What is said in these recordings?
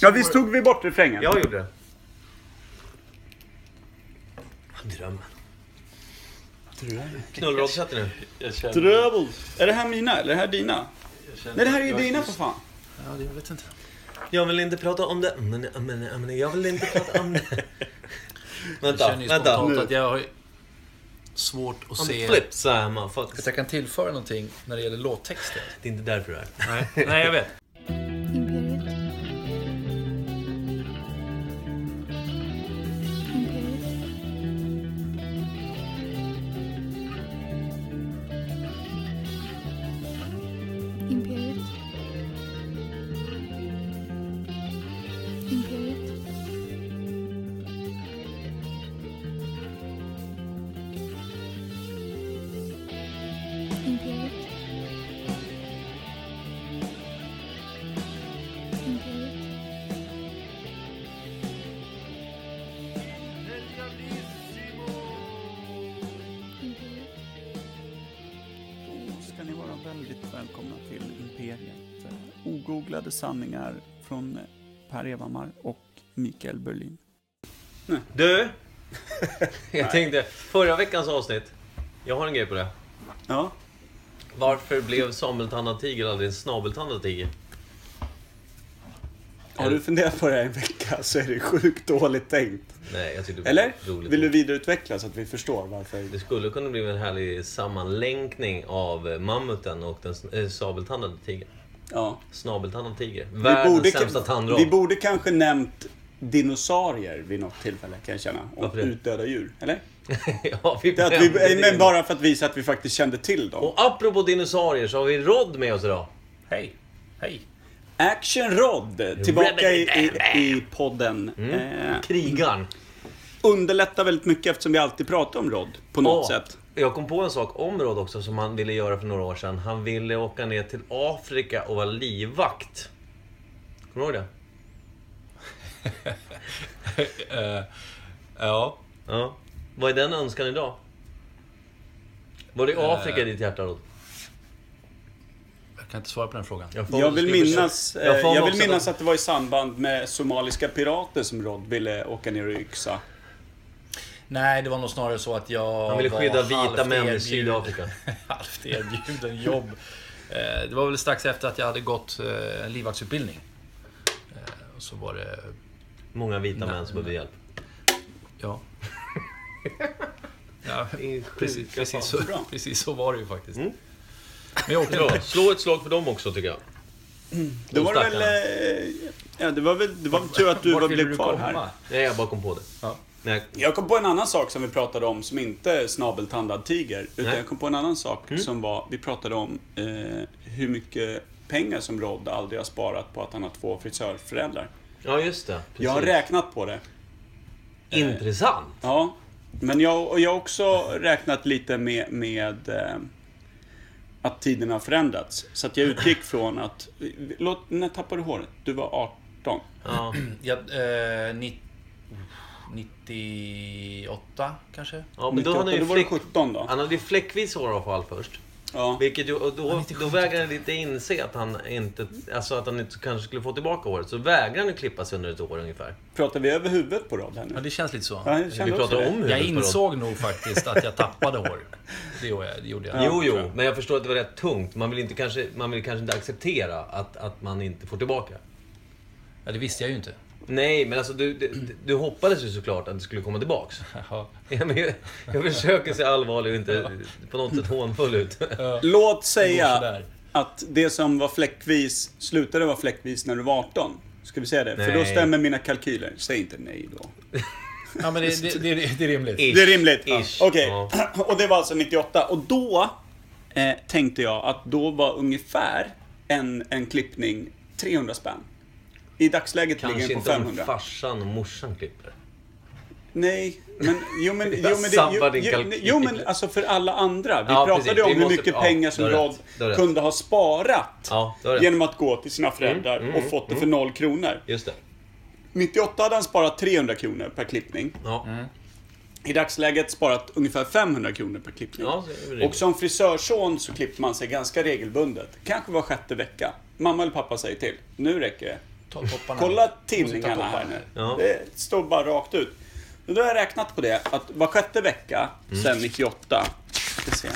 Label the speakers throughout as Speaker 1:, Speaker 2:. Speaker 1: Ja, visst tog vi bort refrängen?
Speaker 2: Jag gjorde det. Fan, Drömmen. Knullråd sätter nu.
Speaker 3: Jag känner...
Speaker 1: Drövel. Är det här mina eller är det här dina?
Speaker 3: jag känner-
Speaker 1: Nej, det här är ju
Speaker 3: jag-
Speaker 1: dina för fan.
Speaker 4: Ja, det- jag vet inte.
Speaker 2: Jag vill inte prata om det. Men, men, men, jag vill inte prata om det.
Speaker 4: Jag
Speaker 2: vänta,
Speaker 4: känner ju
Speaker 2: vänta.
Speaker 4: spontant att jag har ju svårt att
Speaker 2: On the
Speaker 4: se...
Speaker 2: flip side, motherfuckers.
Speaker 4: Att jag kan tillföra någonting när det gäller låttexter.
Speaker 2: Det är inte därför det är.
Speaker 4: Nej, nej jag vet.
Speaker 5: Imperiet. Imperiet. Imperiet. Imperiet. Imperiet. Imperiet. Imperiet.
Speaker 1: Då ska ni vara väldigt välkomna till Imperiet. Eh, Ogooglade sanningar från eh, Per Evhammar och Mikael Berlin.
Speaker 2: Du! jag tänkte, förra veckans avsnitt. Jag har en grej på det.
Speaker 1: Ja,
Speaker 2: Varför blev sabeltandad tiger aldrig en snabeltandad tiger?
Speaker 1: har du funderat på det här en vecka så är det sjukt dåligt tänkt.
Speaker 2: Nej, jag tyckte det var
Speaker 1: Eller?
Speaker 2: roligt.
Speaker 1: Vill du vidareutveckla så att vi förstår varför?
Speaker 2: Det skulle kunna bli en härlig sammanlänkning av eh, mammuten och den s- eh, sabeltandade tigern.
Speaker 1: Ja.
Speaker 2: Snabeltandad tiger.
Speaker 1: Vi
Speaker 2: Världens
Speaker 1: borde,
Speaker 2: sämsta tandrad.
Speaker 1: vi borde kanske nämnt dinosaurier vid något tillfälle kan jag känna. Och
Speaker 2: Varför det?
Speaker 1: utdöda djur. Eller?
Speaker 2: ja, vi
Speaker 1: Det är att
Speaker 2: nämnde
Speaker 1: vi, men
Speaker 2: det.
Speaker 1: bara för att visa att vi faktiskt kände till dem.
Speaker 2: Och apropå dinosaurier så har vi Rod med oss idag.
Speaker 4: Hej. Hej.
Speaker 1: Action Rod, tillbaka i, i, i podden.
Speaker 2: Mm.
Speaker 1: Eh,
Speaker 2: Krigaren.
Speaker 1: underlättar väldigt mycket eftersom vi alltid pratar om Rod på något
Speaker 2: Ja,
Speaker 1: sätt.
Speaker 2: Jag kom på en sak om Rod också som han ville göra för några år sedan. Han ville åka ner till Afrika och vara livvakt. Kommer du ihåg det?
Speaker 4: Eh, ja.
Speaker 2: Ja. Vad är den önskan idag? Var det Afrika
Speaker 1: Eh,
Speaker 2: i ditt hjärta Rod?
Speaker 4: Jag kan inte svara på den frågan.
Speaker 2: får-
Speaker 1: Jag vill
Speaker 2: skulle försöka-
Speaker 1: minnas, eh,
Speaker 2: Jag får
Speaker 1: jag
Speaker 2: också
Speaker 1: vill minnas att det var i samband med somaliska pirater som Rod ville åka ner och yxa.
Speaker 4: Nej, det var nog snarare så att jag
Speaker 2: Han ville
Speaker 4: var
Speaker 2: skydda vita
Speaker 4: halvt
Speaker 2: män i
Speaker 4: erbjuden-
Speaker 2: Sydafrika.
Speaker 4: halvt erbjuden jobb. Eh, Det var väl strax efter att jag hade gått eh, en livvaktsutbildning. Eh, Och så var det...
Speaker 2: Många vita
Speaker 4: Nej,
Speaker 2: män som behöver hjälp.
Speaker 4: Ja. ja
Speaker 2: Det är
Speaker 4: precis,
Speaker 2: sjuka
Speaker 4: precis, så,
Speaker 2: fan.
Speaker 1: Bra. Mm.
Speaker 4: precis så var det ju faktiskt. Men jag åkte
Speaker 2: Bra.
Speaker 4: inte.
Speaker 2: Slå ett slag för dem också tycker jag.
Speaker 1: Det var det väl...
Speaker 2: stackarna.
Speaker 1: eh, Ja, det var väl, det var väl tur att du
Speaker 4: Vart
Speaker 1: var
Speaker 4: ville
Speaker 1: blev
Speaker 4: du
Speaker 1: kvar
Speaker 4: komma?
Speaker 1: här.
Speaker 2: Nej, jag bara kom på det.
Speaker 4: Ja.
Speaker 2: Nej.
Speaker 1: Jag kom på en annan sak som vi pratade om som inte är snabeltandad tiger. Utan
Speaker 2: Nej. Mm.
Speaker 1: jag kom på en annan sak som var, vi pratade om eh, hur mycket pengar som Rod aldrig har sparat på att han har två frisörföräldrar.
Speaker 2: Ja, just det. Precis.
Speaker 1: Jag har räknat på det.
Speaker 2: Intressant.
Speaker 1: Ja, men jag, och jag har också räknat lite med, med eh, att tiden har förändrats. Så att jag utgick från att... Låt, när tappade du håret? Du var 18.
Speaker 2: Ja.
Speaker 4: Ja, eh, nitt- 98 kanske?
Speaker 2: Ja, men då hade han
Speaker 1: 98,
Speaker 2: ju
Speaker 1: då var du
Speaker 2: fläck...
Speaker 1: 17 då?
Speaker 2: Han hade ju fläckvis hår i alla fall först.
Speaker 1: Ja.
Speaker 2: Vilket ju, och då, då vägrade han lite inse att han inte, alltså att han inte kanske skulle få tillbaka håret. Så vägrade han ju klippa sig under ett år ungefär.
Speaker 1: Pratar vi över huvudet på Rod här nu?
Speaker 4: Ja, det känns lite så.
Speaker 1: Ja, jag
Speaker 2: Vi
Speaker 1: kände också
Speaker 2: pratar
Speaker 1: det.
Speaker 2: om huvudet
Speaker 4: Jag
Speaker 2: på Rod.
Speaker 4: insåg nog faktiskt att jag tappade hår. Det gjorde jag. Det gjorde jag.
Speaker 2: Jo, jo, men jag förstår att det var rätt tungt. Man vill, inte kanske, man vill kanske inte acceptera att, att man inte får tillbaka.
Speaker 4: Ja, det visste jag ju inte.
Speaker 2: Nej, men alltså du, du, du hoppades ju såklart att det skulle komma tillbaks.
Speaker 4: Jaha.
Speaker 2: Ja, men jag, jag försöker se allvarlig och inte på något sätt hånfull ut.
Speaker 1: Låt
Speaker 4: Det går
Speaker 1: säga
Speaker 4: sådär.
Speaker 1: att det som var fläckvis slutade vara fläckvis när du var 18. Ska vi säga det? För då
Speaker 2: Nej.
Speaker 1: stämmer mina kalkyler. Säg inte nej då.
Speaker 4: Ja, men det, det, det, det är rimligt.
Speaker 2: Ish.
Speaker 1: Det är rimligt. Ja.
Speaker 2: Ish.
Speaker 1: Okej.
Speaker 2: Ja.
Speaker 1: Och det var alltså 98. Och då eh, tänkte jag att då var ungefär en, en klippning 300 spänn. I dagsläget ligger
Speaker 2: Kanske
Speaker 1: den på
Speaker 2: inte om
Speaker 1: 500.
Speaker 2: farsan och morsan klipper.
Speaker 1: Nej, men jo men... Jo
Speaker 2: Jag
Speaker 1: men, det,
Speaker 2: sabbar din
Speaker 1: jo, jo,
Speaker 2: kalkyl.
Speaker 1: jo men alltså för alla andra. Vi
Speaker 2: Ja,
Speaker 1: pratade
Speaker 2: precis.
Speaker 1: om
Speaker 2: Vi
Speaker 1: hur
Speaker 2: måste-
Speaker 1: mycket
Speaker 2: ja,
Speaker 1: pengar som
Speaker 2: du har
Speaker 1: Rod
Speaker 2: rätt. Du har rätt.
Speaker 1: kunde ha sparat
Speaker 2: Ja, du har rätt.
Speaker 1: genom att gå till
Speaker 2: Mm,
Speaker 1: sina föräldrar och fått det för noll kronor.
Speaker 2: Just det.
Speaker 1: 98 hade han sparat 300 kronor per klippning.
Speaker 2: Ja.
Speaker 4: Mm.
Speaker 1: I dagsläget sparat ungefär 500 kronor per klippning.
Speaker 2: Ja, så är det rimligt.
Speaker 1: och som frisörson så klippte man sig ganska regelbundet. Kanske var sjätte vecka. Mamma eller pappa säger till. Nu räcker det.
Speaker 4: ta topparna.
Speaker 1: Kolla
Speaker 4: Måste ta
Speaker 1: tidningarna
Speaker 4: topparna.
Speaker 1: här nu.
Speaker 2: Ja.
Speaker 1: Det står bara rakt ut. Och Då har jag räknat på det, att var sjätte vecka
Speaker 2: Mm.
Speaker 1: sedan 98, ska se om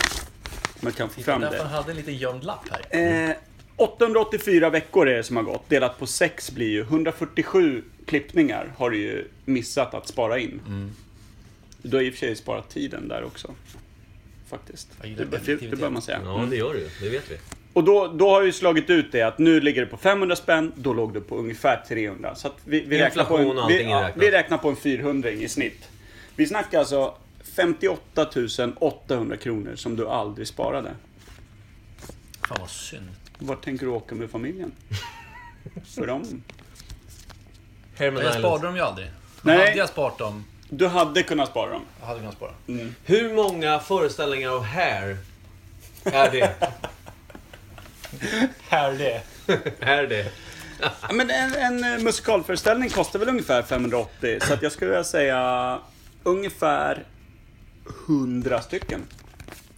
Speaker 1: jag kan få fram
Speaker 4: Därför
Speaker 1: det.
Speaker 4: han hade en liten gömd lapp här.
Speaker 1: Eh, 884 veckor är det som har gått, delat på 6 blir ju 147 klippningar har du ju missat att spara in.
Speaker 2: Mm.
Speaker 1: Du har i och för sig sparat tiden där också. Faktiskt.
Speaker 4: Jag gillar
Speaker 1: Det, det, det
Speaker 4: effektivitet.
Speaker 1: bör man säga.
Speaker 2: Ja, det gör det ju. Det vet vi.
Speaker 1: Och då, då har jag ju slagit ut det att nu ligger det på 500 spänn, då låg det på ungefär 300. Så att vi, vi, räknar på
Speaker 2: Inflation och
Speaker 1: en, vi,
Speaker 2: allting är
Speaker 1: ja,
Speaker 2: räknat.
Speaker 1: vi räknar på en 400 i snitt. Vi snackar alltså 58 800 kronor som du aldrig sparade.
Speaker 4: Fan vad synd.
Speaker 1: Vart tänker du åka med familjen? För dem?
Speaker 2: Herman
Speaker 4: Jag
Speaker 2: Island.
Speaker 4: sparade dem ju aldrig.
Speaker 1: Nej.
Speaker 4: Hade jag sparat dem,
Speaker 1: Du hade kunnat spara dem.
Speaker 4: jag hade kunnat spara.
Speaker 2: Hur många föreställningar av Hair är det?
Speaker 4: Här det.
Speaker 2: är det?
Speaker 1: Ja, Men en, en eh, musikalföreställning kostar väl ungefär 580, så att jag skulle vilja säga ungefär 100 stycken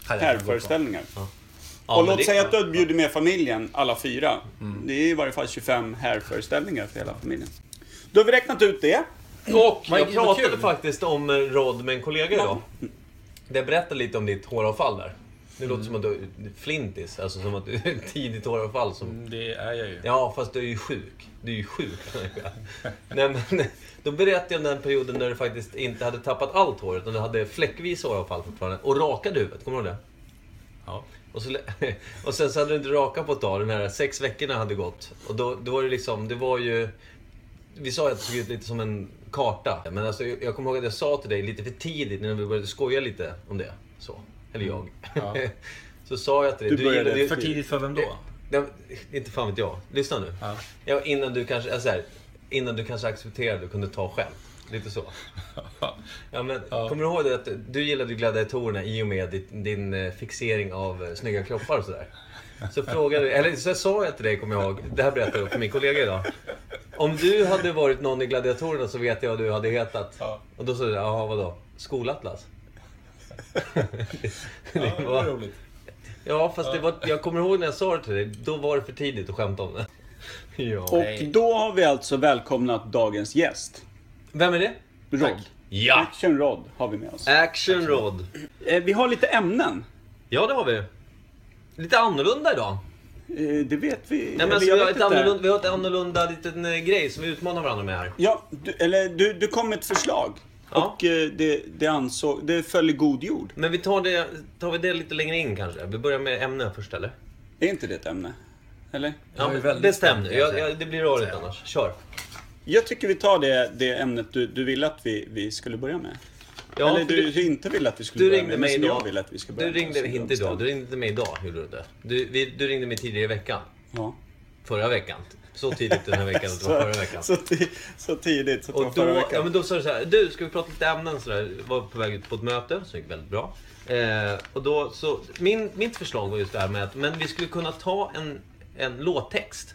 Speaker 4: Hade jag kunnat gå på.
Speaker 1: härföreställningar.
Speaker 2: Ja,
Speaker 1: och
Speaker 2: men
Speaker 1: låt
Speaker 2: det- Mm.
Speaker 1: säga att du bjuder med familjen, alla fyra. Det är i varje fall 25 härföreställningar för hela familjen. Då har vi räknat ut det.
Speaker 2: Och
Speaker 4: Men
Speaker 2: jag
Speaker 4: vad
Speaker 2: pratade
Speaker 4: kul.
Speaker 2: faktiskt om eh, Rod med en kollega idag. Det berättade lite om ditt håravfall där. Det låter som att du är flintis, alltså som att du är ett tidigt håravfall. Som...
Speaker 4: Mm, Det är jag ju.
Speaker 2: Ja, fast du är ju sjuk. Du är ju sjuk. människa. Nej, men, då berättade jag om den perioden när du faktiskt inte hade tappat allt hår, utan du hade fläckvis håravfall fortfarande. Och rakade huvudet, kommer du ihåg det?
Speaker 4: Ja.
Speaker 2: Och, så, och sen så hade du inte rakat på ett tag, de här sex veckorna hade gått. Och då, då var det liksom, det var ju... Vi sa ju att det såg ut lite som en karta. Men alltså, jag jag kommer ihåg att jag sa till dig lite för tidigt när vi började skoja lite om det. Så. Eller jag.
Speaker 4: Mm. Ja.
Speaker 2: så sa jag till dig...
Speaker 1: Du började
Speaker 2: gillade ju-
Speaker 4: För tidigt för vem då?
Speaker 2: Nej, men, inte fan vet jag. Lyssna nu.
Speaker 4: Ja.
Speaker 2: Ja, innan du kanske, alltså här, innan du kanske accepterade och kunde ta själv. Lite så. Ja, men,
Speaker 4: Ja.
Speaker 2: Kommer du ihåg det att du gillade gladiatorerna i och med din, din eh, fixering av eh, snygga kroppar och sådär? Så frågade eller så sa jag till dig, kommer jag ihåg, det här berättade jag för min kollega idag. Om du hade varit någon i gladiatorerna så vet jag vad du hade hetat.
Speaker 4: Ja.
Speaker 2: Och då sa du, jaha vadå? Skolatlas?
Speaker 4: Ja, det var roligt.
Speaker 2: Ja, fast det var, jag kommer ihåg när jag sa det till dig. Då var det för tidigt att skämta om det. Ja.
Speaker 1: Och då har vi alltså välkomnat dagens gäst.
Speaker 2: Vem är det?
Speaker 1: Rod.
Speaker 2: Ja!
Speaker 1: Action Rod har vi med oss.
Speaker 2: Action Rod.
Speaker 1: Eh, Vi har lite ämnen.
Speaker 2: Ja, det har vi. Lite annorlunda idag.
Speaker 1: Eh, Det vet vi.
Speaker 2: Nej, men
Speaker 1: eller
Speaker 2: alltså,
Speaker 1: jag
Speaker 2: vi, har
Speaker 1: vet
Speaker 2: ett
Speaker 1: inte.
Speaker 2: annorlunda, vi har ett annorlunda liten eh, grej som vi utmanar varandra med här.
Speaker 1: Ja, du, eller du, du kom med ett förslag.
Speaker 2: Ja.
Speaker 1: Och eh, det, det, ansåg, det föll i god jord.
Speaker 2: Men vi tar det, tar vi det lite längre in kanske. Vi börjar med ämne först eller?
Speaker 1: Är inte det ett ämne? Eller?
Speaker 2: Ja,
Speaker 4: är
Speaker 2: men
Speaker 4: väldigt
Speaker 2: bestäm
Speaker 4: spänd,
Speaker 2: nu.
Speaker 4: kan jag
Speaker 2: Jag,
Speaker 4: säga.
Speaker 2: jag, det blir rörigt annars. Kör.
Speaker 1: Jag tycker vi tar det, det ämnet du, du ville att vi, vi skulle börja med.
Speaker 2: Ja,
Speaker 1: Eller
Speaker 2: för
Speaker 1: du, du inte ville att vi skulle
Speaker 2: Du
Speaker 1: börja
Speaker 2: ringde
Speaker 1: med,
Speaker 2: mig
Speaker 1: men som
Speaker 2: idag.
Speaker 1: jag ville att vi skulle börja
Speaker 2: Du ringde
Speaker 1: med. så
Speaker 2: inte idag.
Speaker 1: bestämde.
Speaker 2: Du ringde inte mig idag, gjorde du inte. Du, vi, du ringde mig tidigare i veckan.
Speaker 1: Ja.
Speaker 2: Förra veckan. Så tidigt den här veckan att det var förra veckan.
Speaker 1: Så, ti- så tidigt, så det var
Speaker 2: Och då,
Speaker 1: förra
Speaker 2: ja,
Speaker 1: veckan.
Speaker 2: men då sa du så här, du ska vi prata lite ämnen sådär. Var på väg ut på ett möte som gick väldigt bra. Eh, och då så, min, mitt förslag var just det här med att men vi skulle kunna ta en, en låttext.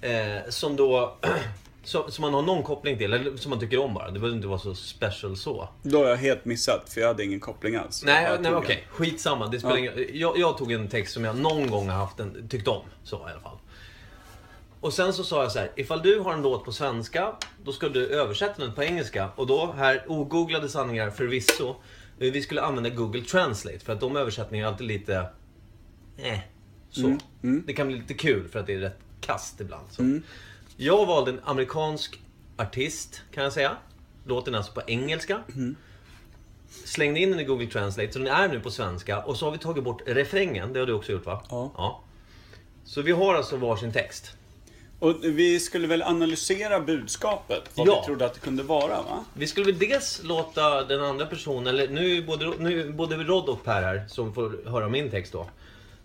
Speaker 2: Eh, som då, som, som man har någon koppling till, eller som man tycker om bara. Det behöver inte vara så special så.
Speaker 1: Då har jag helt missat, för jag hade ingen koppling alls. alltså, Jag
Speaker 2: Nej,
Speaker 1: tog
Speaker 2: nej
Speaker 1: den.
Speaker 2: okej. Skitsamma. Det spelar
Speaker 1: Ja.
Speaker 2: ingen... jag, jag tog en text som jag någon gång har haft en, tyckt om. Så i alla fall. Och sen så sa jag så här, ifall du har en låt på svenska, då ska du översätta den på engelska. Och då, här, ogooglade sanningar förvisso. eh, Vi skulle använda Google Translate, för att de översättningarna är alltid lite... Eh, så.
Speaker 1: Mm,
Speaker 2: Det kan bli lite kul, för att det är rätt kast ibland. Så.
Speaker 1: Mm.
Speaker 2: Jag valde en amerikansk artist, kan jag säga. Låten är alltså på engelska slängde in den i Google Translate, så den är nu på svenska. Och så har vi tagit bort refrängen, det har du också gjort va?
Speaker 1: Ja.
Speaker 2: Så vi har alltså varsin text.
Speaker 1: Och vi skulle väl analysera budskapet, vad
Speaker 2: Ja.
Speaker 1: vi trodde att det kunde vara, va?
Speaker 2: Vi skulle väl dels låta den andra personen, eller nu är både, nu är både Rod och Per här, som får höra min text då.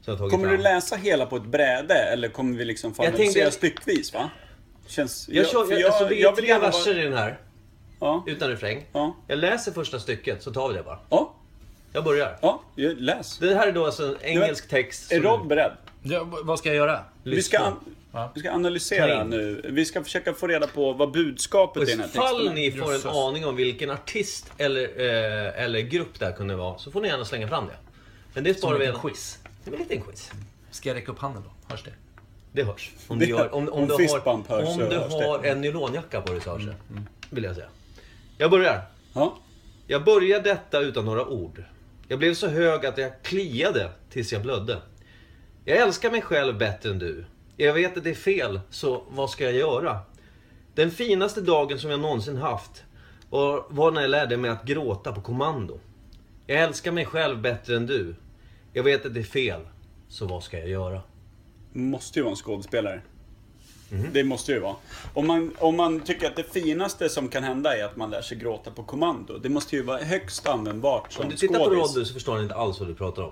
Speaker 2: Som jag tagit
Speaker 1: Kommer
Speaker 2: fram.
Speaker 1: du läsa hela på ett bräde, eller kommer vi liksom få
Speaker 2: Jag tänkte-
Speaker 1: analysera styckvis, va? Känns...
Speaker 2: Jag, kör,
Speaker 1: för
Speaker 2: jag, alltså, det är
Speaker 1: jag vill
Speaker 2: tre
Speaker 1: gärna vara-
Speaker 2: verser i den här,
Speaker 1: Ja.
Speaker 2: utan refräng.
Speaker 1: Ja.
Speaker 2: Jag läser första stycket, så tar vi det bara.
Speaker 1: Ja.
Speaker 2: Jag börjar.
Speaker 1: Ja, ju- läs.
Speaker 2: Det här är då alltså en engelsk text.
Speaker 1: Är
Speaker 2: som-
Speaker 1: Rod beredd?
Speaker 4: Ja, v- vad ska jag göra?
Speaker 1: Vi ska,
Speaker 2: Lyssna.
Speaker 1: an-
Speaker 4: Ja.
Speaker 1: vi ska
Speaker 2: Ta
Speaker 1: analysera
Speaker 2: in.
Speaker 1: nu. Vi ska försöka få reda på vad budskapet är i den här
Speaker 2: Ifall
Speaker 1: texten.
Speaker 2: ni får
Speaker 4: Jösses.
Speaker 2: en aning om vilken artist eller, eh, eller grupp det här kunde vara så får ni gärna slänga fram det. Men det sparar
Speaker 4: en
Speaker 2: vi
Speaker 4: liten
Speaker 2: quiz. Det är en liten quiz.
Speaker 4: Ska jag räcka upp handen då? Hörs det?
Speaker 2: Det hörs. Om du,
Speaker 1: Det-
Speaker 2: gör, om, om
Speaker 1: om
Speaker 2: du
Speaker 1: fistbump
Speaker 2: har,
Speaker 1: hörs
Speaker 2: om
Speaker 1: så
Speaker 2: du
Speaker 1: hörs det.
Speaker 2: har en nylonjacka på dig så hörs det. Vill jag säga. Jag börjar.
Speaker 1: Ja.
Speaker 2: Jag började detta utan några ord. Jag blev så hög att jag kliade tills jag blödde. Jag älskar mig själv bättre än du. Jag vet att det är fel, så vad ska jag göra? Den finaste dagen som jag någonsin haft var- var när jag lärde mig att gråta på kommando. Jag älskar mig själv bättre än du. Jag vet att det är fel, så vad ska jag göra?
Speaker 1: måste ju vara en skådespelare.
Speaker 2: Mhm.
Speaker 1: Det måste ju vara. Om man, om man tycker att det finaste som kan hända är att man lär sig gråta på kommando. Det måste ju vara högst användbart som
Speaker 2: Om du tittar på
Speaker 1: skådis.
Speaker 2: Roddy så förstår han inte alls vad du pratar om.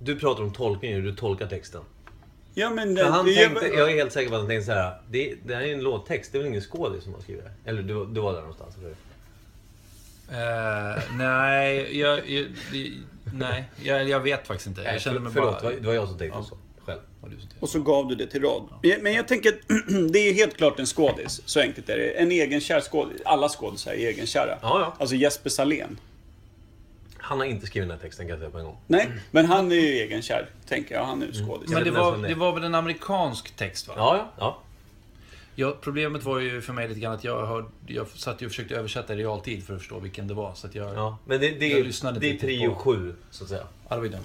Speaker 2: Du pratar om tolkningen, hur du tolkar texten.
Speaker 1: Ja, men
Speaker 2: Men han
Speaker 1: det-
Speaker 2: tänkte, jag är helt säker på att han tänkte så här. Det, det här är en låttext, det är väl ingen skådis som har skrivit det? Eller du, du var där någonstans? eller hur?
Speaker 4: Eh, nej, jag, jag, det- nej jag, jag vet faktiskt inte. Jag känner mig
Speaker 2: Förlåt,
Speaker 4: bara...
Speaker 2: det var- det var jag som tänkte så. Själv.
Speaker 4: Vad du sa till.
Speaker 1: Och så gav du det till Rod. Men jag- Men jag tänker att det är helt klart en skådis. Så enkelt är det. En egenkär skådis. Alla skådisar är egenkära.
Speaker 2: Ja, ja.
Speaker 1: Alltså Jesper Salén.
Speaker 2: Han har inte skrivit den här texten kan jag säga på en gång.
Speaker 1: Nej, men han är ju egenkär, tänker jag. Han är ju skådis.
Speaker 4: Men
Speaker 2: vet
Speaker 4: det
Speaker 2: inte ens
Speaker 4: var,
Speaker 2: vem det är.
Speaker 4: det var väl en amerikansk text va?
Speaker 2: Ja, ja. ja.
Speaker 4: Ja, problemet var ju för mig lite grann att jag, hörde, jag satt ju och försökte översätta i realtid för att förstå vilken det var. Så att jag...
Speaker 2: ja. Men det, det,
Speaker 4: Jag
Speaker 2: är,
Speaker 4: lyssnade
Speaker 2: det är
Speaker 4: inte
Speaker 2: prio
Speaker 4: på-
Speaker 2: 7, så att säga.
Speaker 4: Ja, det var ju dumt.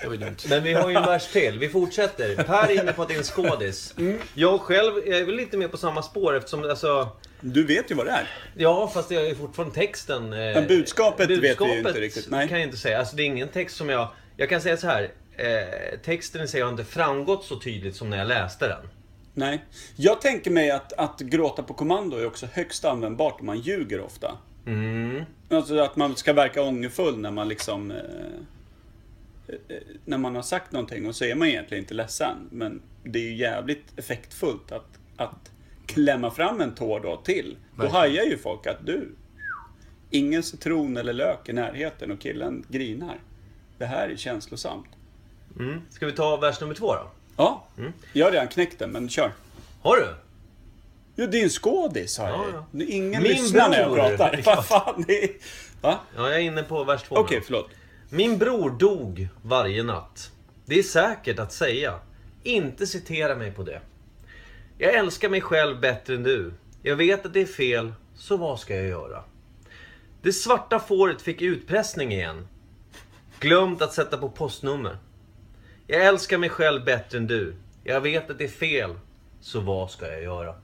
Speaker 4: Det var ju dumt.
Speaker 2: Men vi har ju en vers till. Vi fortsätter. Per är inne på att det är en skådis. Jag själv jag är väl lite mer på samma spår eftersom alltså...
Speaker 1: Du vet ju vad det är.
Speaker 2: Ja, fast jag är fortfarande texten. eh,
Speaker 1: Men budskapet vet vi ju inte
Speaker 2: budskapet
Speaker 1: riktigt, nej.
Speaker 2: kan jag inte säga. Alltså, det är ingen text som jag... Jag kan säga så här. Eh, texten i sig har inte framgått så tydligt som när jag läste den.
Speaker 1: Nej. Jag tänker mig att, att gråta på kommando är också högst användbart om man ljuger ofta. Alltså att man ska verka ångerfull när man liksom... Eh, eh, när man har sagt någonting och så är man egentligen inte ledsen. Men det är ju jävligt effektfullt att, att klämma fram en tår då till. Då
Speaker 4: Verkligen.
Speaker 1: hajar ju folk att du... Ingen citron eller lök i närheten och killen grinar. Det här är känslosamt.
Speaker 2: Mm. Ska vi ta vers nummer två då?
Speaker 1: Ja, jag har redan knäckt den, men kör.
Speaker 2: Har du?
Speaker 1: Jo, det är en skådis har jag ju.
Speaker 2: Ja,
Speaker 1: Det är Ingen
Speaker 2: Min
Speaker 1: lyssnar när jag
Speaker 2: bror.
Speaker 1: pratar. Vad fan, det är... Va?
Speaker 2: Ja, jag är inne på vers två nu.
Speaker 1: Okej, förlåt.
Speaker 2: Min bror dog varje natt. Det är säkert att säga. Inte citera mig på det. Jag älskar mig själv bättre än du. Jag vet att det är fel, så vad ska jag göra? Det svarta fåret fick utpressning igen. Glömt att sätta på postnummer. Jag älskar mig själv bättre än du. Jag vet att det är fel, så vad ska jag göra?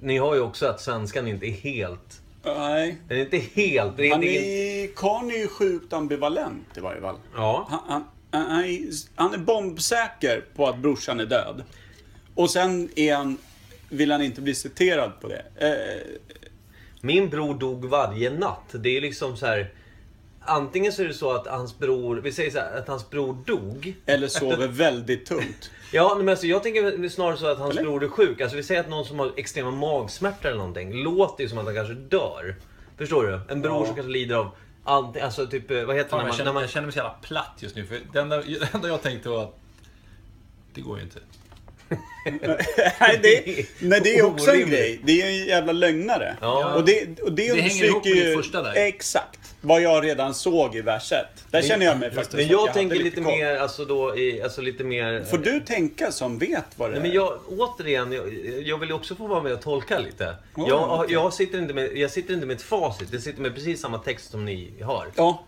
Speaker 2: Ni har ju också att svenskan inte är helt...
Speaker 1: Nej.
Speaker 2: Den är inte helt... Det är
Speaker 1: Han
Speaker 2: inte-
Speaker 1: är... Karn är ju sjukt ambivalent i varje fall.
Speaker 2: Ja.
Speaker 1: Han, han, han, han är, han är bombsäker på att brorsan är död. Och sen är han, vill han inte bli citerad på det. Eh,
Speaker 2: Min bror dog varje natt. Det är liksom så här. Antingen så är det så att hans bror, vi säger så här, att hans bror dog.
Speaker 1: eller sover väldigt tungt.
Speaker 2: Ja, men alltså jag tänker snarare så att hans
Speaker 1: Eller?
Speaker 2: bror är sjuk. Alltså vi säger att någon som har extrema magsmärtor eller någonting. Låter ju som att han kanske dör. Förstår du? En bror
Speaker 1: Ja.
Speaker 2: som kanske lider av, anting- alltså typ, eh, vad heter
Speaker 4: Fan,
Speaker 2: det?
Speaker 4: jag,
Speaker 2: När man, när
Speaker 4: känner,
Speaker 2: man,
Speaker 4: jag känner mig så jävla platt just nu. För det enda, det enda jag tänkte var att... Det går ju inte.
Speaker 1: nej, det, nej, det är också en
Speaker 2: Orimligt.
Speaker 1: grej. Det är en jävla lögnare.
Speaker 2: Ja.
Speaker 1: Och det, och det,
Speaker 4: Det hänger ihop med
Speaker 1: understryker
Speaker 4: det första där.
Speaker 1: Exakt. Vad jag redan såg i vers 1. Där känner jag mig faktiskt
Speaker 2: men
Speaker 1: som att
Speaker 2: jag
Speaker 1: hade
Speaker 2: tänker lite
Speaker 1: koll.
Speaker 2: mer, alltså då i, alltså lite mer...
Speaker 1: Får du tänka som vet vad det
Speaker 2: Nej, men jag, återigen, jag, jag vill ju också få vara med och tolka lite.
Speaker 1: Ja,
Speaker 2: jag,
Speaker 1: okej.
Speaker 2: jag, sitter inte med, jag sitter inte med ett facit, jag sitter med precis samma text som ni har.
Speaker 1: är? Ja.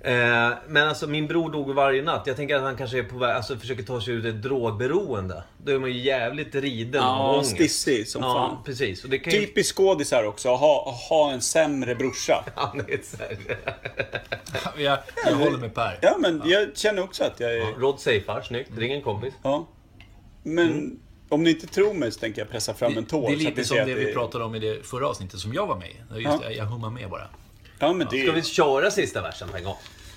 Speaker 2: Eh, men alltså min bror dog varje natt. Jag tänker att han kanske är på väg, alltså, försöker ta sig ut ur ett drogberoende. Då är man ju jävligt riden av
Speaker 1: Ja,
Speaker 2: ångest.
Speaker 1: stissig som
Speaker 2: ja,
Speaker 1: fan. Typ.
Speaker 2: precis. Och det kan ju...
Speaker 1: Typiskt skådisar också, att ha, att ha en sämre brorsa.
Speaker 2: Han är så här-
Speaker 4: Jag, jag håller med Per.
Speaker 1: Ja, men jag känner också att jag är...
Speaker 2: Rod safear, snyggt. Ring en kompis.
Speaker 1: Ja. Men om ni inte tror mig så tänker jag pressa fram en tår.
Speaker 4: Det är
Speaker 1: så att ni
Speaker 4: lite som
Speaker 1: ser
Speaker 4: det
Speaker 1: att
Speaker 4: vi pratade om i det förra avsnittet som jag var med i. Just
Speaker 1: Ja.
Speaker 4: det, jag- jag hummar med bara.
Speaker 1: Ja, men det...
Speaker 2: Ska vi köra sista versen på en gång?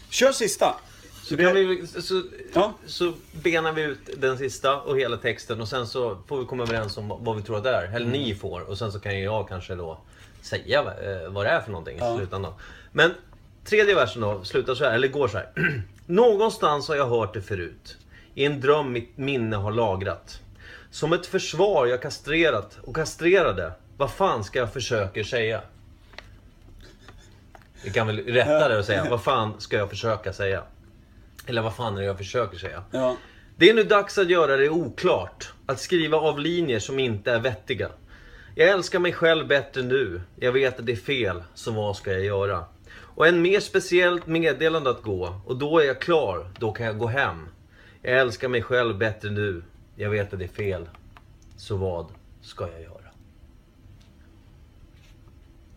Speaker 1: Kör sista!
Speaker 2: Så, kan vi, så,
Speaker 1: Ja.
Speaker 2: så benar vi ut den sista och hela texten och sen så får vi komma överens om vad vi tror att det är. Eller ni får. Och sen så kan ju jag kanske då säga eh, vad det är för någonting i slutändan. Men tredje versen då slutar så här, eller går så här. Någonstans har jag hört det förut. I en dröm mitt minne har lagrat. Som ett försvar jag kastrerat och kastrerade. Vad fan ska jag försöka säga? Vi kan väl rätta det och säga, vad fan ska jag försöka säga? Eller vad fan är det jag försöker säga?
Speaker 1: Ja.
Speaker 2: Det är nu dags att göra det oklart. Att skriva av linjer som inte är vettiga. Jag älskar mig själv bättre nu. Jag vet att det är fel, så vad ska jag göra? Och en mer speciellt meddelande att gå. Och då är jag klar. Då kan jag gå hem. Jag älskar mig själv bättre nu. Jag vet att det är fel. Så vad ska jag göra?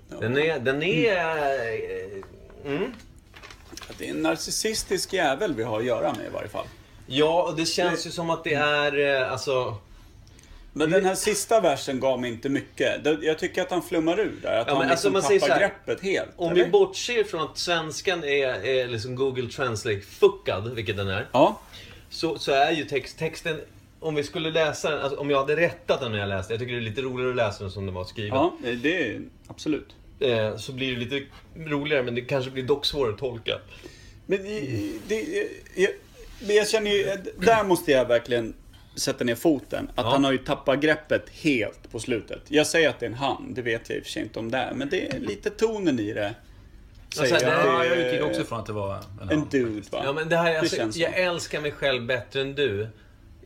Speaker 2: Den är... Den är... eh, Mm.
Speaker 1: Det är en narcissistisk jävel vi har att göra med i varje fall.
Speaker 2: Ja, och det känns ju som att det är... eh, Alltså...
Speaker 1: Men
Speaker 2: Mm.
Speaker 1: den här sista versen gav mig inte mycket. Det- Jag tycker att han flummar ur där. Att
Speaker 2: Ja,
Speaker 1: han
Speaker 2: men alltså,
Speaker 1: liksom
Speaker 2: man säger
Speaker 1: tappar
Speaker 2: så här,
Speaker 1: greppet helt.
Speaker 2: Om
Speaker 1: eller?
Speaker 2: vi bortser från att svenskan är, är liksom Google Translate-fuckad, vilket den är,
Speaker 1: Ja.
Speaker 2: så, så är ju text, texten... Om vi skulle läsa den, alltså, om jag hade rättat den när jag läste, jag tycker det är lite roligare att läsa den som den var skriven.
Speaker 1: ja, det är absolut.
Speaker 2: Eh, så blir det lite roligare, men det kanske blir dock svårare att tolka.
Speaker 1: Men i- det, jag, men jag känner ju, där måste jag verkligen sätta ner foten. Att han har ju tappat greppet helt på slutet. Jag säger att det är en han, det vet jag i och för sig inte om det är. Men det är lite tonen i det.
Speaker 2: så här,
Speaker 1: Säger jag.
Speaker 6: Ja,
Speaker 1: Det
Speaker 6: jag
Speaker 1: är
Speaker 6: utgick också från att det var en,
Speaker 1: En dude va?
Speaker 2: Ja, men det här är
Speaker 1: det känns
Speaker 2: alltså,
Speaker 1: så.
Speaker 2: jag älskar mig själv bättre än du.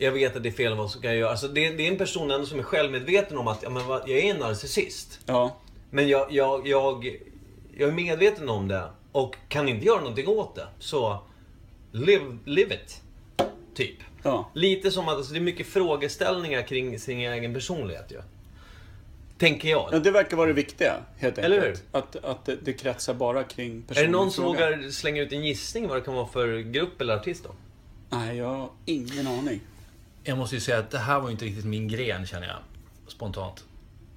Speaker 2: Jag vet att det är fel, vad ska jag göra? Alltså, det, det är en person ändå som är självmedveten om att ja, men, vad- jag är en narcissist.
Speaker 1: Ja.
Speaker 2: Men jag, jag, jag, jag är medveten om det och kan inte göra någonting åt det. Så live, live it. Typ.
Speaker 1: Ja.
Speaker 2: Lite som att alltså, det är mycket frågeställningar kring sin egen personlighet ju. Tänker jag.
Speaker 1: Ja, det verkar vara det viktiga, helt enkelt.
Speaker 2: Eller
Speaker 1: Att, att det, det kretsar bara kring
Speaker 2: Är
Speaker 1: personen
Speaker 2: det någon
Speaker 1: i
Speaker 2: som
Speaker 1: fråga.
Speaker 2: vågar slänga ut en gissning vad det kan vara för grupp eller artist då?
Speaker 1: Nej, jag har ingen aning.
Speaker 6: Jag måste ju säga att det här var ju inte riktigt min gren, känner jag. Spontant.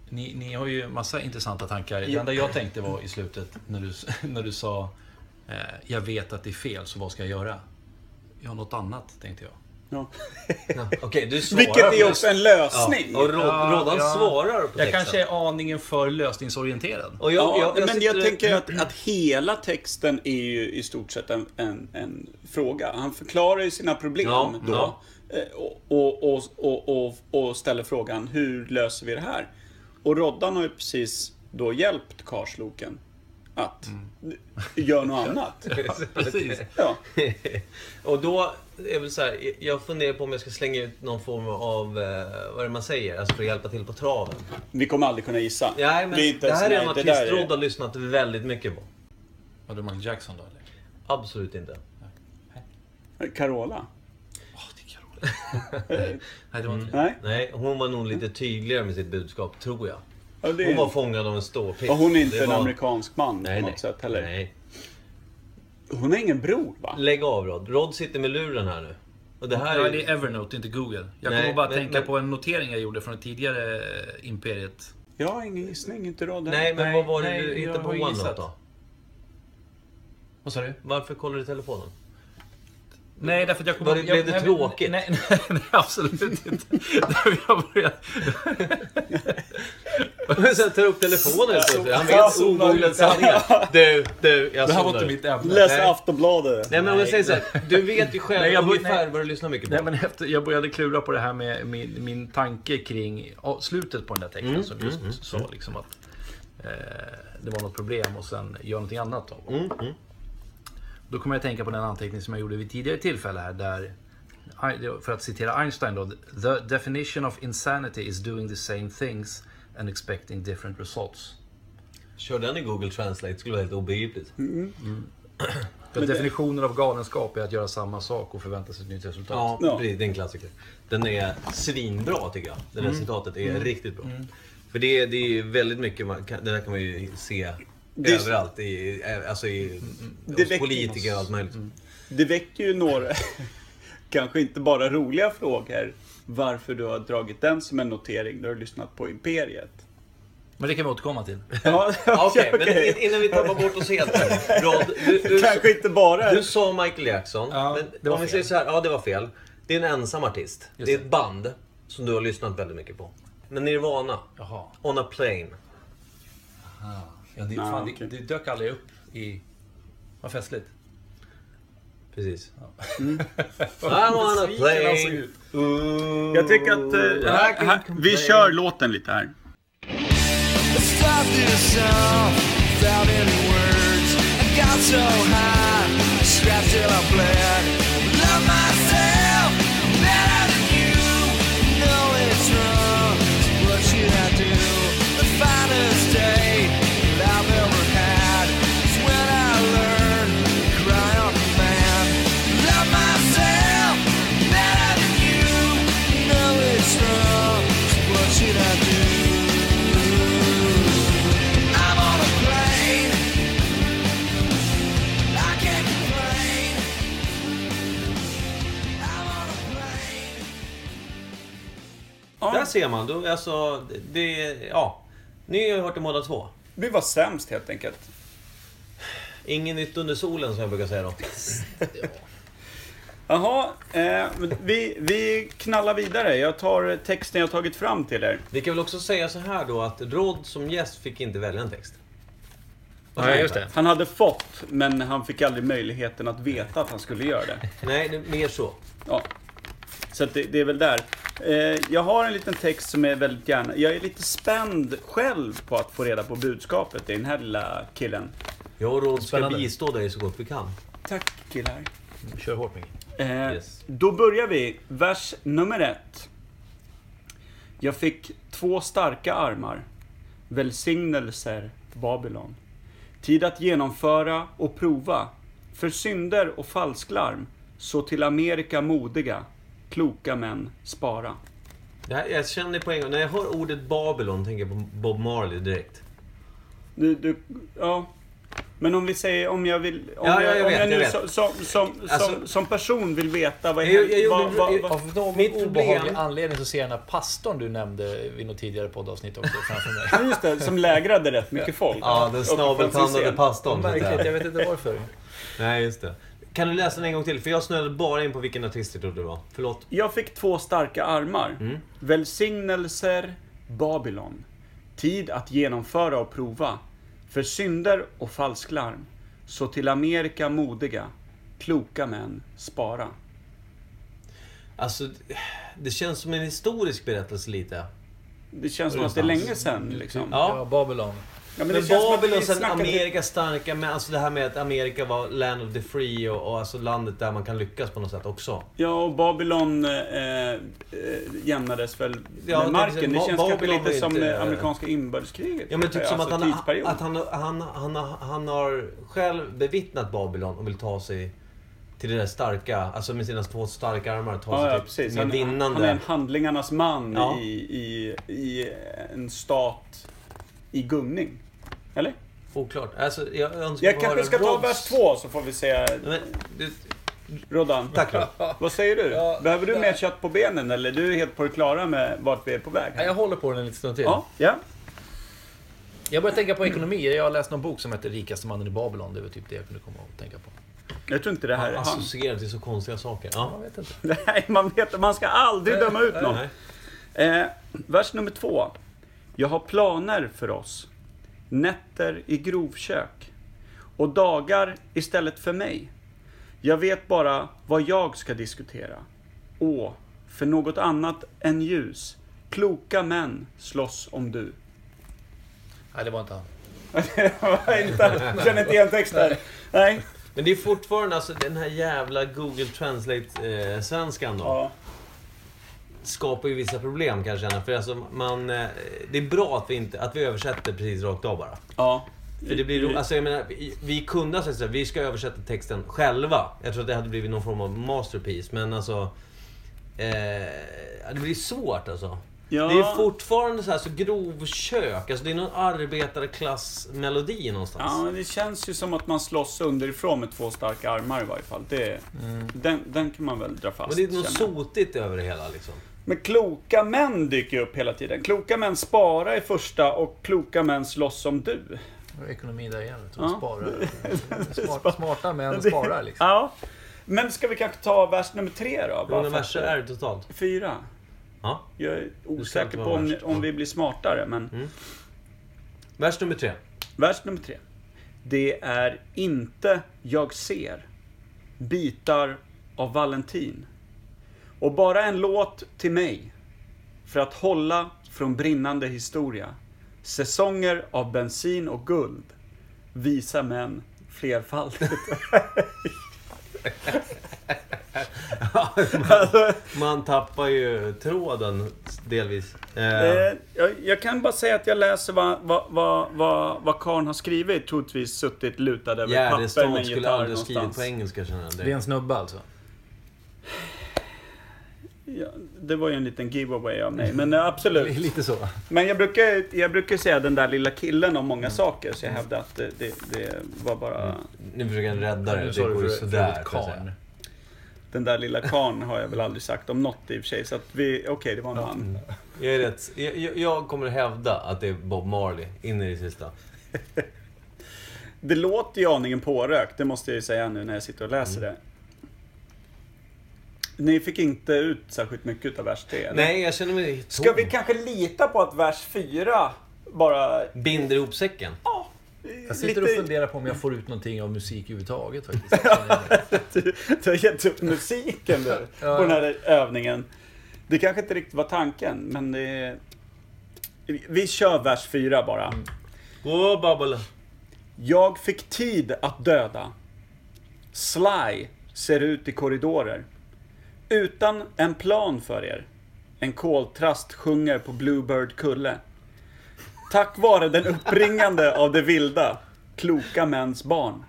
Speaker 6: Ni, ni har ju massa intressanta tankar. Det enda jag tänkte var i slutet när du, s- när du sa eh, Jag vet att det är fel, så vad ska jag göra? Ja, något annat, tänkte jag.
Speaker 1: Ja.
Speaker 2: Ja, Okej, du svarar.
Speaker 1: Vilket är också en
Speaker 2: ja,
Speaker 1: lösning.
Speaker 2: Och Rod,
Speaker 6: Ja,
Speaker 2: Roddan
Speaker 6: ja.
Speaker 2: svarar på texten.
Speaker 6: Jag kanske är aningen för lösningsorienterad.
Speaker 2: Och jag,
Speaker 1: Ja,
Speaker 2: jag, jag
Speaker 1: men
Speaker 2: sitter-
Speaker 1: jag tänker att, att hela texten är ju i stort sett en, en, en fråga. Han förklarar ju sina problem
Speaker 2: Ja,
Speaker 1: då.
Speaker 2: ja.
Speaker 1: eh, Och, och, och, och, och, och ställer frågan, hur löser vi det här? Och Roddan har ju precis då hjälpt Karsloken att
Speaker 2: Mm.
Speaker 1: göra något annat.
Speaker 6: Precis.
Speaker 1: Ja.
Speaker 2: och då är väl så här, jag funderar på om jag ska slänga ut någon form av, eh, vad är det man säger, alltså för att hjälpa till på traven.
Speaker 1: Vi kommer aldrig kunna gissa.
Speaker 2: Nej, men
Speaker 1: är
Speaker 2: det,
Speaker 1: inte ens-
Speaker 2: här
Speaker 1: nej,
Speaker 2: är en
Speaker 1: det
Speaker 2: artist
Speaker 1: där är-
Speaker 2: Rod har lyssnat väldigt mycket på.
Speaker 6: Var det Michael Jackson då, eller?
Speaker 2: Absolut inte.
Speaker 1: Carola?
Speaker 6: Åh, det är Carola. Nej, det Mm. var inte det.
Speaker 1: Nej?
Speaker 2: Nej, hon var nog lite tydligare med sitt budskap, tror jag.
Speaker 1: Ja, det är...
Speaker 2: Hon var fångad av en stålpisk.
Speaker 1: och hon är inte
Speaker 2: Det var-
Speaker 1: en amerikansk man
Speaker 2: nej,
Speaker 1: på något
Speaker 2: nej.
Speaker 1: sätt heller.
Speaker 2: Nej.
Speaker 1: Hon har ingen bror va?
Speaker 2: Lägg av Rod. Rod sitter med luren här nu. Och det här
Speaker 6: Ja,
Speaker 2: är...
Speaker 6: det är Evernote, inte Google. Jag
Speaker 2: Nej,
Speaker 6: kommer bara
Speaker 2: men-
Speaker 6: tänka
Speaker 2: men-
Speaker 6: på en notering jag gjorde från ett tidigare eh, Imperiet.
Speaker 1: Jag har ingen gissning, inte rad heller.
Speaker 2: Nej, men
Speaker 6: Nej,
Speaker 2: vad var det
Speaker 6: nej,
Speaker 2: du
Speaker 6: jag
Speaker 2: hittade på
Speaker 6: har ju
Speaker 2: OneNote
Speaker 6: gissat.
Speaker 2: då?
Speaker 6: Vad sa du?
Speaker 2: Varför kollar du telefonen?
Speaker 6: Nej, därför att jag kom...
Speaker 2: Var det-
Speaker 6: jag,
Speaker 2: blev det
Speaker 6: nej,
Speaker 2: tråkigt?
Speaker 6: Nej, nej, nej, absolut inte. Därför jag började...
Speaker 2: Sen tar upp telefonen helt plötsligt. Han
Speaker 1: Ja,
Speaker 2: vet
Speaker 1: så-
Speaker 2: ogooglade sanningar. Du, du, jag
Speaker 6: Det här var
Speaker 2: zonar
Speaker 6: inte
Speaker 2: ut.
Speaker 6: mitt ämne.
Speaker 1: Läs
Speaker 2: Nej.
Speaker 1: Aftonbladet.
Speaker 2: Nej men om jag säger såhär, du vet ju själv
Speaker 6: Nej, jag bor-
Speaker 2: ungefär
Speaker 6: nej.
Speaker 2: vad du lyssnar mycket på.
Speaker 6: Nej, men efter, jag började klura på det här med min, min tanke kring ja, slutet på den där texten som just sa liksom att eh, det var något problem och sen gör någonting annat av mm. Då kommer jag att tänka på den anteckning som jag gjorde vid tidigare tillfälle här där för att citera Einstein då. The definition of insanity is doing the same things and expecting different results.
Speaker 2: Kör den i Google Translate, skulle vara helt obegripligt.
Speaker 6: För definitionen av galenskap är att göra samma sak och förvänta sig ett nytt resultat.
Speaker 2: Ja,
Speaker 1: Ja.
Speaker 2: precis. Det är en klassiker. Den är svinbra tycker jag. Det där citatet är riktigt bra. För det, det är ju väldigt mycket, man kan, det där kan man ju se
Speaker 1: Det-
Speaker 2: överallt. I, alltså i,
Speaker 1: Det
Speaker 2: hos
Speaker 1: väcker
Speaker 2: politiker och
Speaker 1: oss.
Speaker 2: allt möjligt.
Speaker 1: Det väcker ju några, kanske inte bara roliga frågor, varför du har dragit den som en notering när du har lyssnat på Imperiet.
Speaker 6: Men det kan vi återkomma till.
Speaker 1: Ja,
Speaker 2: Okej, men
Speaker 1: okej.
Speaker 2: in- innan vi tappar bort oss helt här. Rod, du, du,
Speaker 1: Kanske inte bara...
Speaker 2: Du sa Michael Jackson.
Speaker 6: Ja,
Speaker 2: men
Speaker 6: det var
Speaker 2: om vi
Speaker 6: fel.
Speaker 2: säger så här, ja det var fel. Det är en ensam artist. det är ett band som du har lyssnat väldigt mycket på. Men Nirvana.
Speaker 6: Jaha.
Speaker 2: On a plane.
Speaker 6: Ja, det,
Speaker 1: Ah,
Speaker 6: fan,
Speaker 1: okej.
Speaker 6: det, det dök aldrig upp i... Vad festligt.
Speaker 2: Precis. I'm on a
Speaker 6: Besviken han såg
Speaker 2: plane.
Speaker 6: Alltså, ut.
Speaker 2: Ooh,
Speaker 1: Jag tycker att... eh,
Speaker 2: I
Speaker 1: här,
Speaker 2: can
Speaker 1: här, vi
Speaker 2: complain.
Speaker 1: kör låten lite här.
Speaker 7: Stop this song without any words. I got so high, I strapped till I bled. Love myself, now
Speaker 2: ser man. Då, alltså, det, ja. Ni har ju hört det båda två.
Speaker 1: Vi var sämst helt enkelt.
Speaker 2: Ingen nytt under solen som jag brukar säga då.
Speaker 1: Jaha, eh, men vi, vi knallar vidare. Jag tar texten jag tagit fram till er.
Speaker 2: Vi kan väl också säga så här då att Rod som gäst fick inte välja en text.
Speaker 6: alltså,
Speaker 4: Nej, just det.
Speaker 1: Han hade fått, men han fick aldrig möjligheten att veta att han skulle göra det.
Speaker 2: Nej, det är mer så.
Speaker 1: Ja. Så att det, det är väl där. Eh, jag har en liten text som är väldigt gärna... Jag är lite spänd själv på att få reda på budskapet i den här lilla killen.
Speaker 2: Jag och Rod ska
Speaker 4: Spännande.
Speaker 2: bistå dig så gott vi kan.
Speaker 1: Tack killar.
Speaker 4: Kör hårt Micke.
Speaker 1: Eh,
Speaker 2: Yes.
Speaker 1: Då börjar vi. Vers nummer ett. Jag fick två starka armar. Välsignelser, Babylon. Tid att genomföra och prova. För synder och falsklarm. Så till Amerika modiga. Kloka män spara.
Speaker 2: Det här, jag känner på en gång, när jag hör ordet Babylon tänker jag på Bob Marley direkt.
Speaker 1: Du, du, ja. Men om vi säger, om jag vill... Om
Speaker 2: Ja, ja, jag vet,
Speaker 1: om jag nu
Speaker 2: jag vet.
Speaker 1: Som, som, som,
Speaker 2: Alltså-
Speaker 1: som, som person vill veta vad...
Speaker 2: Jag- jag gjorde-
Speaker 1: vad, vad, vad
Speaker 6: Av någon
Speaker 2: Mitt
Speaker 6: obehaglig
Speaker 2: problem-
Speaker 6: anledning så ser jag den här pastorn du nämnde vid något tidigare poddavsnitt också framför mig.
Speaker 1: Ja, just det, som lägrade rätt mycket folk.
Speaker 2: Ja, den
Speaker 1: Och från
Speaker 2: snabeltandade
Speaker 1: scen.
Speaker 2: pastorn. så att
Speaker 6: Märkligt, jag
Speaker 2: säga.
Speaker 6: vet inte varför.
Speaker 2: Nej, just det. Kan du läsa den en gång till? För jag snöade bara in på vilken artist det trodde det var. Förlåt.
Speaker 1: Jag fick två starka armar.
Speaker 2: Mm.
Speaker 1: Välsignelser, Babylon. Tid att genomföra och prova. För synder och falsklarm. Så till Amerika modiga. Kloka män spara.
Speaker 2: Alltså, det känns som en historisk berättelse lite.
Speaker 1: Det känns som att det är länge sedan liksom.
Speaker 6: Ja, Babylon.
Speaker 1: Ja,
Speaker 2: Men,
Speaker 1: det känns som att vi
Speaker 2: Babylon sen
Speaker 1: snackade-
Speaker 2: Amerika starka, men alltså det här med att Amerika var land of the free och, och alltså landet där man kan lyckas på något sätt också.
Speaker 1: Ja, och Babylon eh, eh, jämnades väl
Speaker 2: Ja,
Speaker 1: med
Speaker 2: det-
Speaker 1: marken. Det
Speaker 2: Ba-
Speaker 1: känns
Speaker 2: Babylon
Speaker 1: kanske lite
Speaker 2: var
Speaker 1: som
Speaker 2: inte-
Speaker 1: eh, amerikanska inbördeskriget.
Speaker 2: Ja men typ som att,
Speaker 1: Alltså,
Speaker 2: han,
Speaker 1: tidsperiod.
Speaker 2: att han, han, han, han har själv bevittnat Babylon och vill ta sig till det där starka, alltså med sina två starka armar ta sig
Speaker 1: Ja, ja
Speaker 2: till
Speaker 1: precis.
Speaker 2: med
Speaker 1: Han,
Speaker 2: vinnande.
Speaker 1: han är en handlingarnas man
Speaker 2: Ja.
Speaker 1: i, i, i en stat i gungning. Eller?
Speaker 2: Oklart. Alltså, jag önskar
Speaker 1: Jag
Speaker 2: få
Speaker 1: kanske
Speaker 2: höra
Speaker 1: ska ta
Speaker 2: Rods-
Speaker 1: vers två så får vi se.
Speaker 2: Nej, men, du,
Speaker 1: Rodan,
Speaker 2: tack Rod.
Speaker 1: vad säger du?
Speaker 6: Ja,
Speaker 1: Behöver du
Speaker 6: nej.
Speaker 1: mer kött på benen eller du är helt på det klara med vart vi är på väg?
Speaker 6: Ja, Jag håller på den en liten stund till.
Speaker 1: Ja, ja.
Speaker 6: Jag började tänka på ekonomi. Jag har läst någon bok som heter Rikaste mannen i Babylon. Det var typ det jag kunde komma ihåg att tänka på.
Speaker 1: Jag tror inte det här är han.
Speaker 2: Associerar till så konstiga saker. Ja.
Speaker 6: Jag vet inte.
Speaker 1: Nej, man, vet, man ska aldrig döma ut någon.
Speaker 2: Nej.
Speaker 1: Eh, vers nummer två. Jag har planer för oss. Nätter i grovkök. Och dagar istället för mig. Jag vet bara vad jag ska diskutera. Åh, för något annat än ljus. Kloka män slåss om du.
Speaker 6: Nej, det var inte han.
Speaker 1: Jag inte- jag känner inte igen texten. Nej.
Speaker 2: Men det är fortfarande alltså den här jävla Google Translate-svenskan då.
Speaker 1: Ja.
Speaker 2: skapar ju vissa problem kanske. Anna, För alltså man, eh, det är bra att vi, inte, att vi översätter precis rakt av bara.
Speaker 1: ja.
Speaker 2: För det blir, alltså jag menar, vi- vi kunde ha sagt så här, vi ska översätta texten själva. Jag tror att det hade blivit någon form av masterpiece. Men alltså... Eh, det blir svårt alltså.
Speaker 1: Ja.
Speaker 2: Det är fortfarande så här så grovkök. Alltså det är någon arbetarklassmelodi någonstans.
Speaker 1: Ja, men det känns ju som att man slåss underifrån med två starka armar i varje fall. Det, den, den kan man väl dra fast.
Speaker 2: Mm. Men det är något
Speaker 1: känner jag.
Speaker 2: sotigt över det hela liksom.
Speaker 1: Men kloka män dyker ju upp hela tiden. Kloka män spara i första och kloka män slåss som du.
Speaker 6: Det var Ekonomi där igen. Jag tror
Speaker 1: Ja.
Speaker 6: sparar. Smart, smarta män sparar liksom.
Speaker 1: Ja. Men ska vi kanske ta vers nummer tre då?
Speaker 2: Hur många
Speaker 1: för att-
Speaker 2: verser är det totalt?
Speaker 1: Fyra.
Speaker 2: Ja.
Speaker 1: Jag är osäker
Speaker 2: inte
Speaker 1: på
Speaker 2: vara
Speaker 1: om,
Speaker 2: värst.
Speaker 1: om vi blir smartare, men
Speaker 2: Vers nummer tre.
Speaker 1: vers nummer tre. Det är inte jag ser. Bitar av Valentin. Och bara en låt till mig. För att hålla från brinnande historia. Säsonger av bensin och guld. Visa män flerfaldigt. alltså,
Speaker 2: Man tappar ju tråden delvis. Eh,
Speaker 1: eh, jag, jag kan bara säga att jag läser vad, vad, vad, vad, vad Karn har skrivit. Troligtvis suttit lutad över papper med en
Speaker 2: Gärdestad skulle
Speaker 1: gitarr
Speaker 2: aldrig ha skrivit
Speaker 1: någonstans.
Speaker 2: på engelska känner jag.
Speaker 6: Det är
Speaker 2: direkt.
Speaker 6: en snubbe alltså.
Speaker 1: Ja, det var ju en liten giveaway av mig, men eh, absolut.
Speaker 6: Lite så.
Speaker 1: Men jag brukar, jag brukar säga den där lilla killen om
Speaker 2: Mm.
Speaker 1: många saker, så jag hävdar att det, det, det var bara...
Speaker 2: Nu försöker han rädda det.
Speaker 6: Nu
Speaker 2: Det
Speaker 6: sa du
Speaker 2: går ju
Speaker 6: för, för
Speaker 2: sådär.
Speaker 6: ordet
Speaker 2: får jag säga.
Speaker 6: karn.
Speaker 1: Den där lilla karn har jag väl aldrig sagt om något i och för sig. Så att vi, okej, det var en man.
Speaker 2: Jag, är rätt, jag, jag- jag kommer hävda att det är Bob Marley in i det sista.
Speaker 1: Det låter ju aningen pårökt, det måste jag ju säga nu när jag sitter och läser
Speaker 2: Mm.
Speaker 1: det. Ni fick inte ut särskilt mycket av vers 3? eller?
Speaker 2: Nej, jag känner mig tom.
Speaker 1: Ska vi kanske lita på att vers 4 bara...
Speaker 2: Binder ihop säcken.
Speaker 1: Ja,
Speaker 6: Jag sitter och
Speaker 1: lite-
Speaker 6: funderar på om jag får ut någonting av musik överhuvudtaget faktiskt. Jag känner-
Speaker 1: Du, du har gett upp musiken du,
Speaker 6: Ja.
Speaker 1: på den här övningen. Det kanske inte riktigt var tanken, men det... är- Vi kör vers 4 bara.
Speaker 2: Gå Babbel.
Speaker 1: Jag fick tid att döda. Sly ser ut i korridorer. Utan en plan för er. En koltrast sjunger på Bluebird kulle. Tack vare den uppringande av det vilda, kloka mäns barn.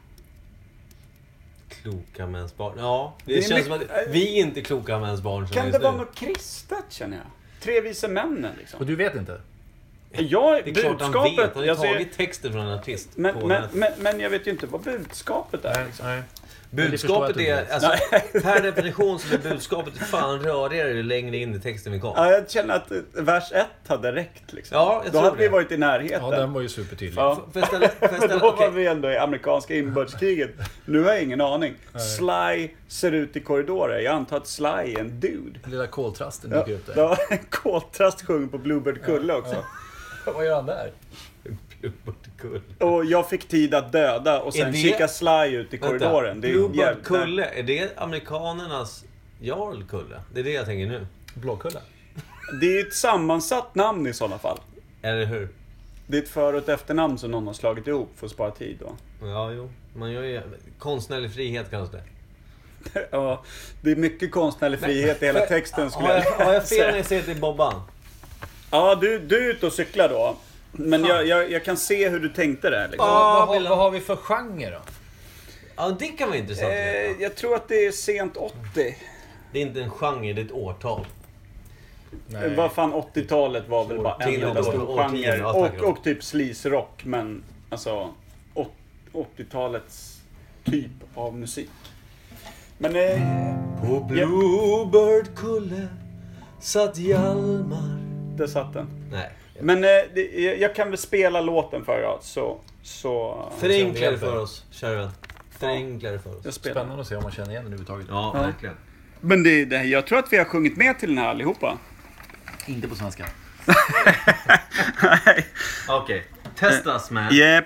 Speaker 2: Kloka mäns barn. Ja, det,
Speaker 1: Det är
Speaker 2: känns
Speaker 1: mycket-
Speaker 2: som att vi är inte är kloka mäns barn. känner jag
Speaker 1: Kan det
Speaker 2: just
Speaker 1: vara
Speaker 2: nu.
Speaker 1: något kristet känner jag? Tre vise männen
Speaker 6: Och
Speaker 1: liksom.
Speaker 6: du vet inte?
Speaker 1: Jag,
Speaker 2: Det är klart han vet.
Speaker 1: budskapet...
Speaker 2: Han har ju
Speaker 1: jag ser-
Speaker 2: tagit texten från en artist.
Speaker 1: men,
Speaker 2: på
Speaker 1: men,
Speaker 2: nätet.
Speaker 1: men, men jag vet ju inte vad budskapet är. Liksom.
Speaker 6: Nej. förstår jag att
Speaker 2: budskapet
Speaker 6: du
Speaker 2: är...
Speaker 6: vet.
Speaker 2: Alltså, per definition så blir budskapet fan rörigare ju längre in i texten vi kom.
Speaker 1: Ja, jag känner att eh, vers 1 hade räckt liksom.
Speaker 2: Ja, jag
Speaker 1: Då
Speaker 2: tror
Speaker 1: hade vi
Speaker 2: det.
Speaker 1: varit i närheten.
Speaker 6: Ja, den var ju supertydlig.
Speaker 1: Ja.
Speaker 2: Får jag ställa... Får jag
Speaker 1: Men
Speaker 2: ställa
Speaker 1: då var
Speaker 2: okej.
Speaker 1: vi ändå i amerikanska inbördeskriget. Nu har jag ingen aning. Sly ser ut i korridorer. Jag antar att Sly är en dude.
Speaker 6: Den lilla koltrasten
Speaker 1: Ja,
Speaker 6: dyker upp
Speaker 1: det
Speaker 6: där.
Speaker 1: var en koltrast sjunger på Bluebird Kulle också.
Speaker 6: Vad gör han där?
Speaker 2: Bluebird Kulle.
Speaker 1: Och jag fick tid att döda och sen
Speaker 2: Är det-
Speaker 1: kikar Sly ut i
Speaker 2: Vänta.
Speaker 1: korridoren. Det är ju
Speaker 2: Bluebird
Speaker 1: jävligt-
Speaker 2: Kulle, är det amerikanernas Jarl Kulle? Det är det jag tänker nu.
Speaker 6: Blåkulla?
Speaker 1: Det är ju ett sammansatt namn i sådana fall.
Speaker 2: Eller hur?
Speaker 1: Det är ett för och ett efternamn som någon har slagit ihop för att spara tid då.
Speaker 2: Ja, jo. Man gör ju... Konstnärlig frihet kallas det.
Speaker 1: Ja, det är mycket konstnärlig frihet i hela texten skulle
Speaker 2: Har jag, har jag fel
Speaker 1: säga.
Speaker 2: när jag säger till Bobban?
Speaker 1: Ja, du, du är ute och cyklar då. Men jag, jag, jag kan se hur du tänkte där. Liksom.
Speaker 6: vad, har, vad har vi för genre då?
Speaker 2: Ja, det kan vara intressant att
Speaker 1: Eh,
Speaker 2: veta.
Speaker 1: jag tror att det är sent 80.
Speaker 2: Det är inte en genre, det är ett årtal.
Speaker 1: Eh, Vad fan, 80-talet var väl bara en
Speaker 2: Årtionde,
Speaker 1: enda stor
Speaker 2: årtionde,
Speaker 1: genre.
Speaker 2: ja, tack.
Speaker 1: Och, och typ sleaze-rock, men alltså åt- 80-talets typ av musik. Men eh,
Speaker 2: På Bluebird kulle satt Hjalmar.
Speaker 1: där satt den.
Speaker 2: Nej.
Speaker 1: Men eh, det, jag- jag kan väl spela låten för er, så, så
Speaker 2: Förenkla det för oss, kära vän. Förenkla det för
Speaker 1: jag
Speaker 2: oss.
Speaker 1: spelar.
Speaker 6: Spännande att se om man känner igen den överhuvudtaget.
Speaker 2: Ja, verkligen.
Speaker 1: Men det, det, jag tror att vi har sjungit med till den här allihopa.
Speaker 6: Inte på svenska.
Speaker 2: Okej. Testas man.
Speaker 1: Yep.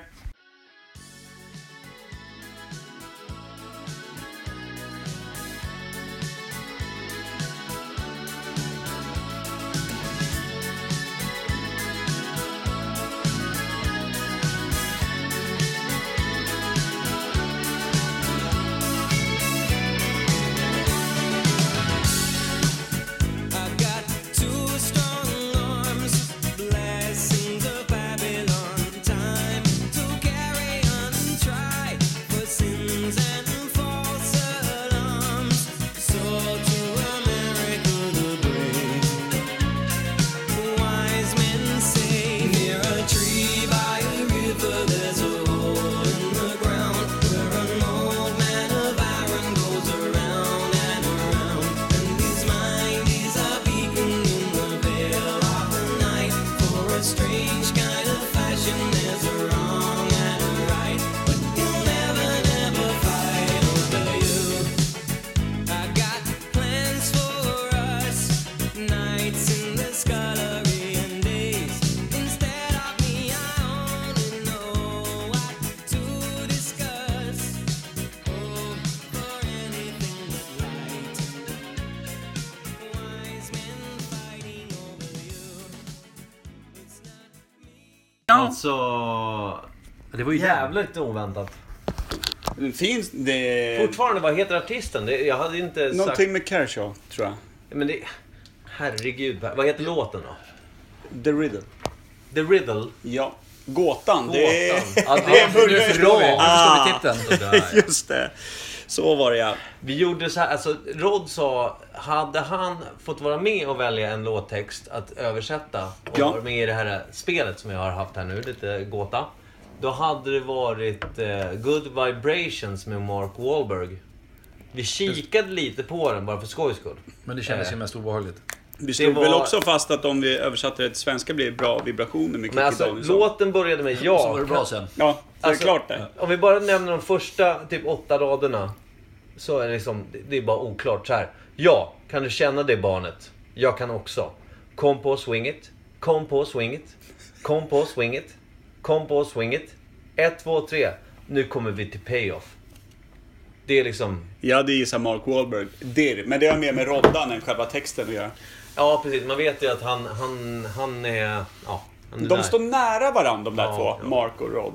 Speaker 3: I've got two strong arms, blessings of Babylon. Time to carry on and try for sins and false alarms. So to America the brave. Wise men say near a tree by a river there's a hole in the ground where an old man of iron goes around and around. And his mind is a beacon in the veil of the night. For a strange kind of fashion, there's a wrong and a right. But you'll never, never fight over you. I got plans for us, nights in the scullery and days. Instead of me, I only know what to discuss. Oh, for anything but light. Wise men fighting over you. It's not me.
Speaker 2: Alltså...
Speaker 6: Det var ju
Speaker 2: Jävligt oväntat.
Speaker 1: Det finns... Det...
Speaker 2: Fortfarande, vad heter artisten? Det- Jag hade inte
Speaker 1: Någonting med Kershaw, tror jag.
Speaker 2: sagt... Men det... Herregud, Per. vad heter låten då?
Speaker 1: The Riddle.
Speaker 2: The Riddle?
Speaker 1: Ja. Gåtan. Det är...
Speaker 2: Gåtan. Ja, det
Speaker 1: börjar
Speaker 2: är bra.
Speaker 6: Ah. Förstår vi titeln?
Speaker 1: Just det. Så var det ja.
Speaker 2: Vi gjorde så här, alltså Rod sa, hade han fått vara med och välja en låttext att översätta och
Speaker 1: Ja.
Speaker 2: vara med i det här spelet som jag har haft här nu, lite gåta. Då hade det varit eh, Good Vibrations med Mark Wahlberg. Vi kikade lite på den bara för skojs skull.
Speaker 6: Men det kändes ju mest obehagligt.
Speaker 1: Vi slog
Speaker 2: var-
Speaker 1: väl också fast att om vi översatte det till svenska blir det bra vibrationer med Kikki
Speaker 2: Men alltså,
Speaker 1: Danielsson.
Speaker 2: låten började med
Speaker 6: Och så
Speaker 2: ja.
Speaker 6: var det bra sen.
Speaker 1: Ja, det är
Speaker 2: Alltså-
Speaker 1: klart det.
Speaker 2: Om vi bara nämner de första typ åtta raderna. Så är det liksom, det- det är bara oklart så här. Ja, kan du känna det barnet? Jag kan också. Kom på swing it. Kom på swing it. Kom på swing it. Kom på swing it. Ett, två, tre. Nu kommer vi till payoff. Det är liksom...
Speaker 1: Jag hade gissat Mark Wahlberg. Dirr. Men det har mer med Roddan än själva texten att göra.
Speaker 2: Ja, precis. Man vet ju att han, han, han är... Ja, han är
Speaker 1: De
Speaker 2: där.
Speaker 1: står nära varandra de där
Speaker 2: Ja,
Speaker 1: två,
Speaker 2: ja.
Speaker 1: Mark och Rod.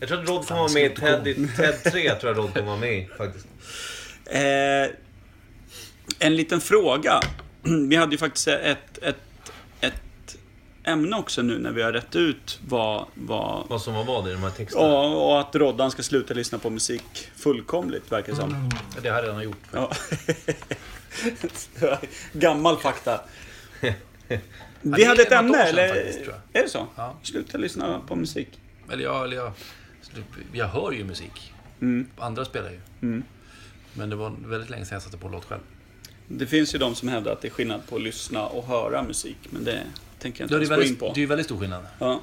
Speaker 2: Jag tror att Rod kommer vara med i Ted, i Ted 3. tror jag Rod kommer vara med i, faktiskt.
Speaker 1: Eh, en liten fråga. Vi hade ju faktiskt ett, ett, ett ämne också nu när vi har rätt ut vad... vad
Speaker 2: Vad som var vad i de här texterna.
Speaker 1: Ja, och att Roddan ska sluta lyssna på musik fullkomligt, verkar det som.
Speaker 6: Det har jag redan gjort.
Speaker 1: Ja. Gammal fakta. Vi
Speaker 6: det
Speaker 1: hade
Speaker 6: är
Speaker 1: ett
Speaker 6: något år
Speaker 1: ämne,
Speaker 6: sedan
Speaker 1: eller?
Speaker 6: faktiskt, tror
Speaker 1: är det så?
Speaker 6: Ja.
Speaker 1: Sluta lyssna på musik.
Speaker 6: Eller jag, eller jag, jag hör ju musik.
Speaker 1: Mm.
Speaker 6: Andra spelar ju. Men det var väldigt länge sedan jag satte på en låt själv.
Speaker 1: Det finns ju de som hävdar att det är skillnad på att lyssna och höra musik, men det tänker jag inte
Speaker 6: Det är ju
Speaker 1: ens gå in
Speaker 6: väldigt,
Speaker 1: på.
Speaker 6: det är ju väldigt stor skillnad.
Speaker 1: Ja.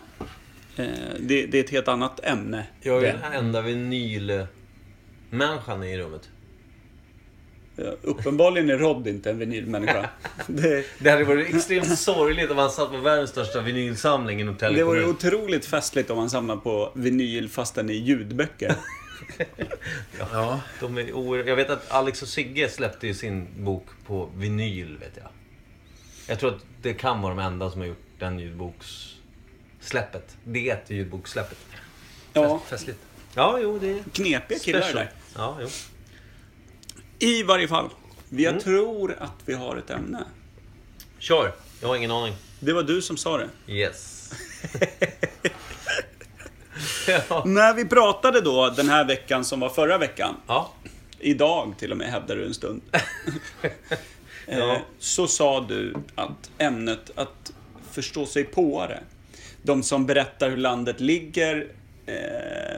Speaker 1: Eh, Det, det är ett helt annat ämne.
Speaker 2: Jag är ju den enda vinylmänniskan i rummet.
Speaker 1: Eh, Uppenbarligen är Rod inte en vinylmänniska. Det,
Speaker 2: Det hade varit extremt sorgligt om han satt på världens största vinylsamling i en
Speaker 1: det
Speaker 2: hotellkommun.
Speaker 1: vore otroligt festligt om man samlar på vinyl fast den är ljudböcker.
Speaker 6: Ja.
Speaker 2: De är oer... Jag vet att Alex och Sigge släppte ju sin bok på vinyl, vet jag. Jag tror att det kan vara de enda som har gjort den ljudbokssläppet. Det ljudbokssläppet.
Speaker 1: Ja,
Speaker 6: Festligt.
Speaker 2: Ja, jo, det är...
Speaker 1: knepiga killar det där.
Speaker 2: Ja, jo.
Speaker 1: I varje fall, vi- jag tror att vi har ett ämne.
Speaker 2: Kör! Jag har ingen aning.
Speaker 1: Det var du som sa det.
Speaker 2: Yes. ja.
Speaker 1: När vi pratade då den här veckan som var förra veckan,
Speaker 2: ja.
Speaker 1: idag till och med hävdar du en stund, eh,
Speaker 2: Ja.
Speaker 1: så sa du att ämnet att förstå sig påare, de som berättar hur landet ligger, eh,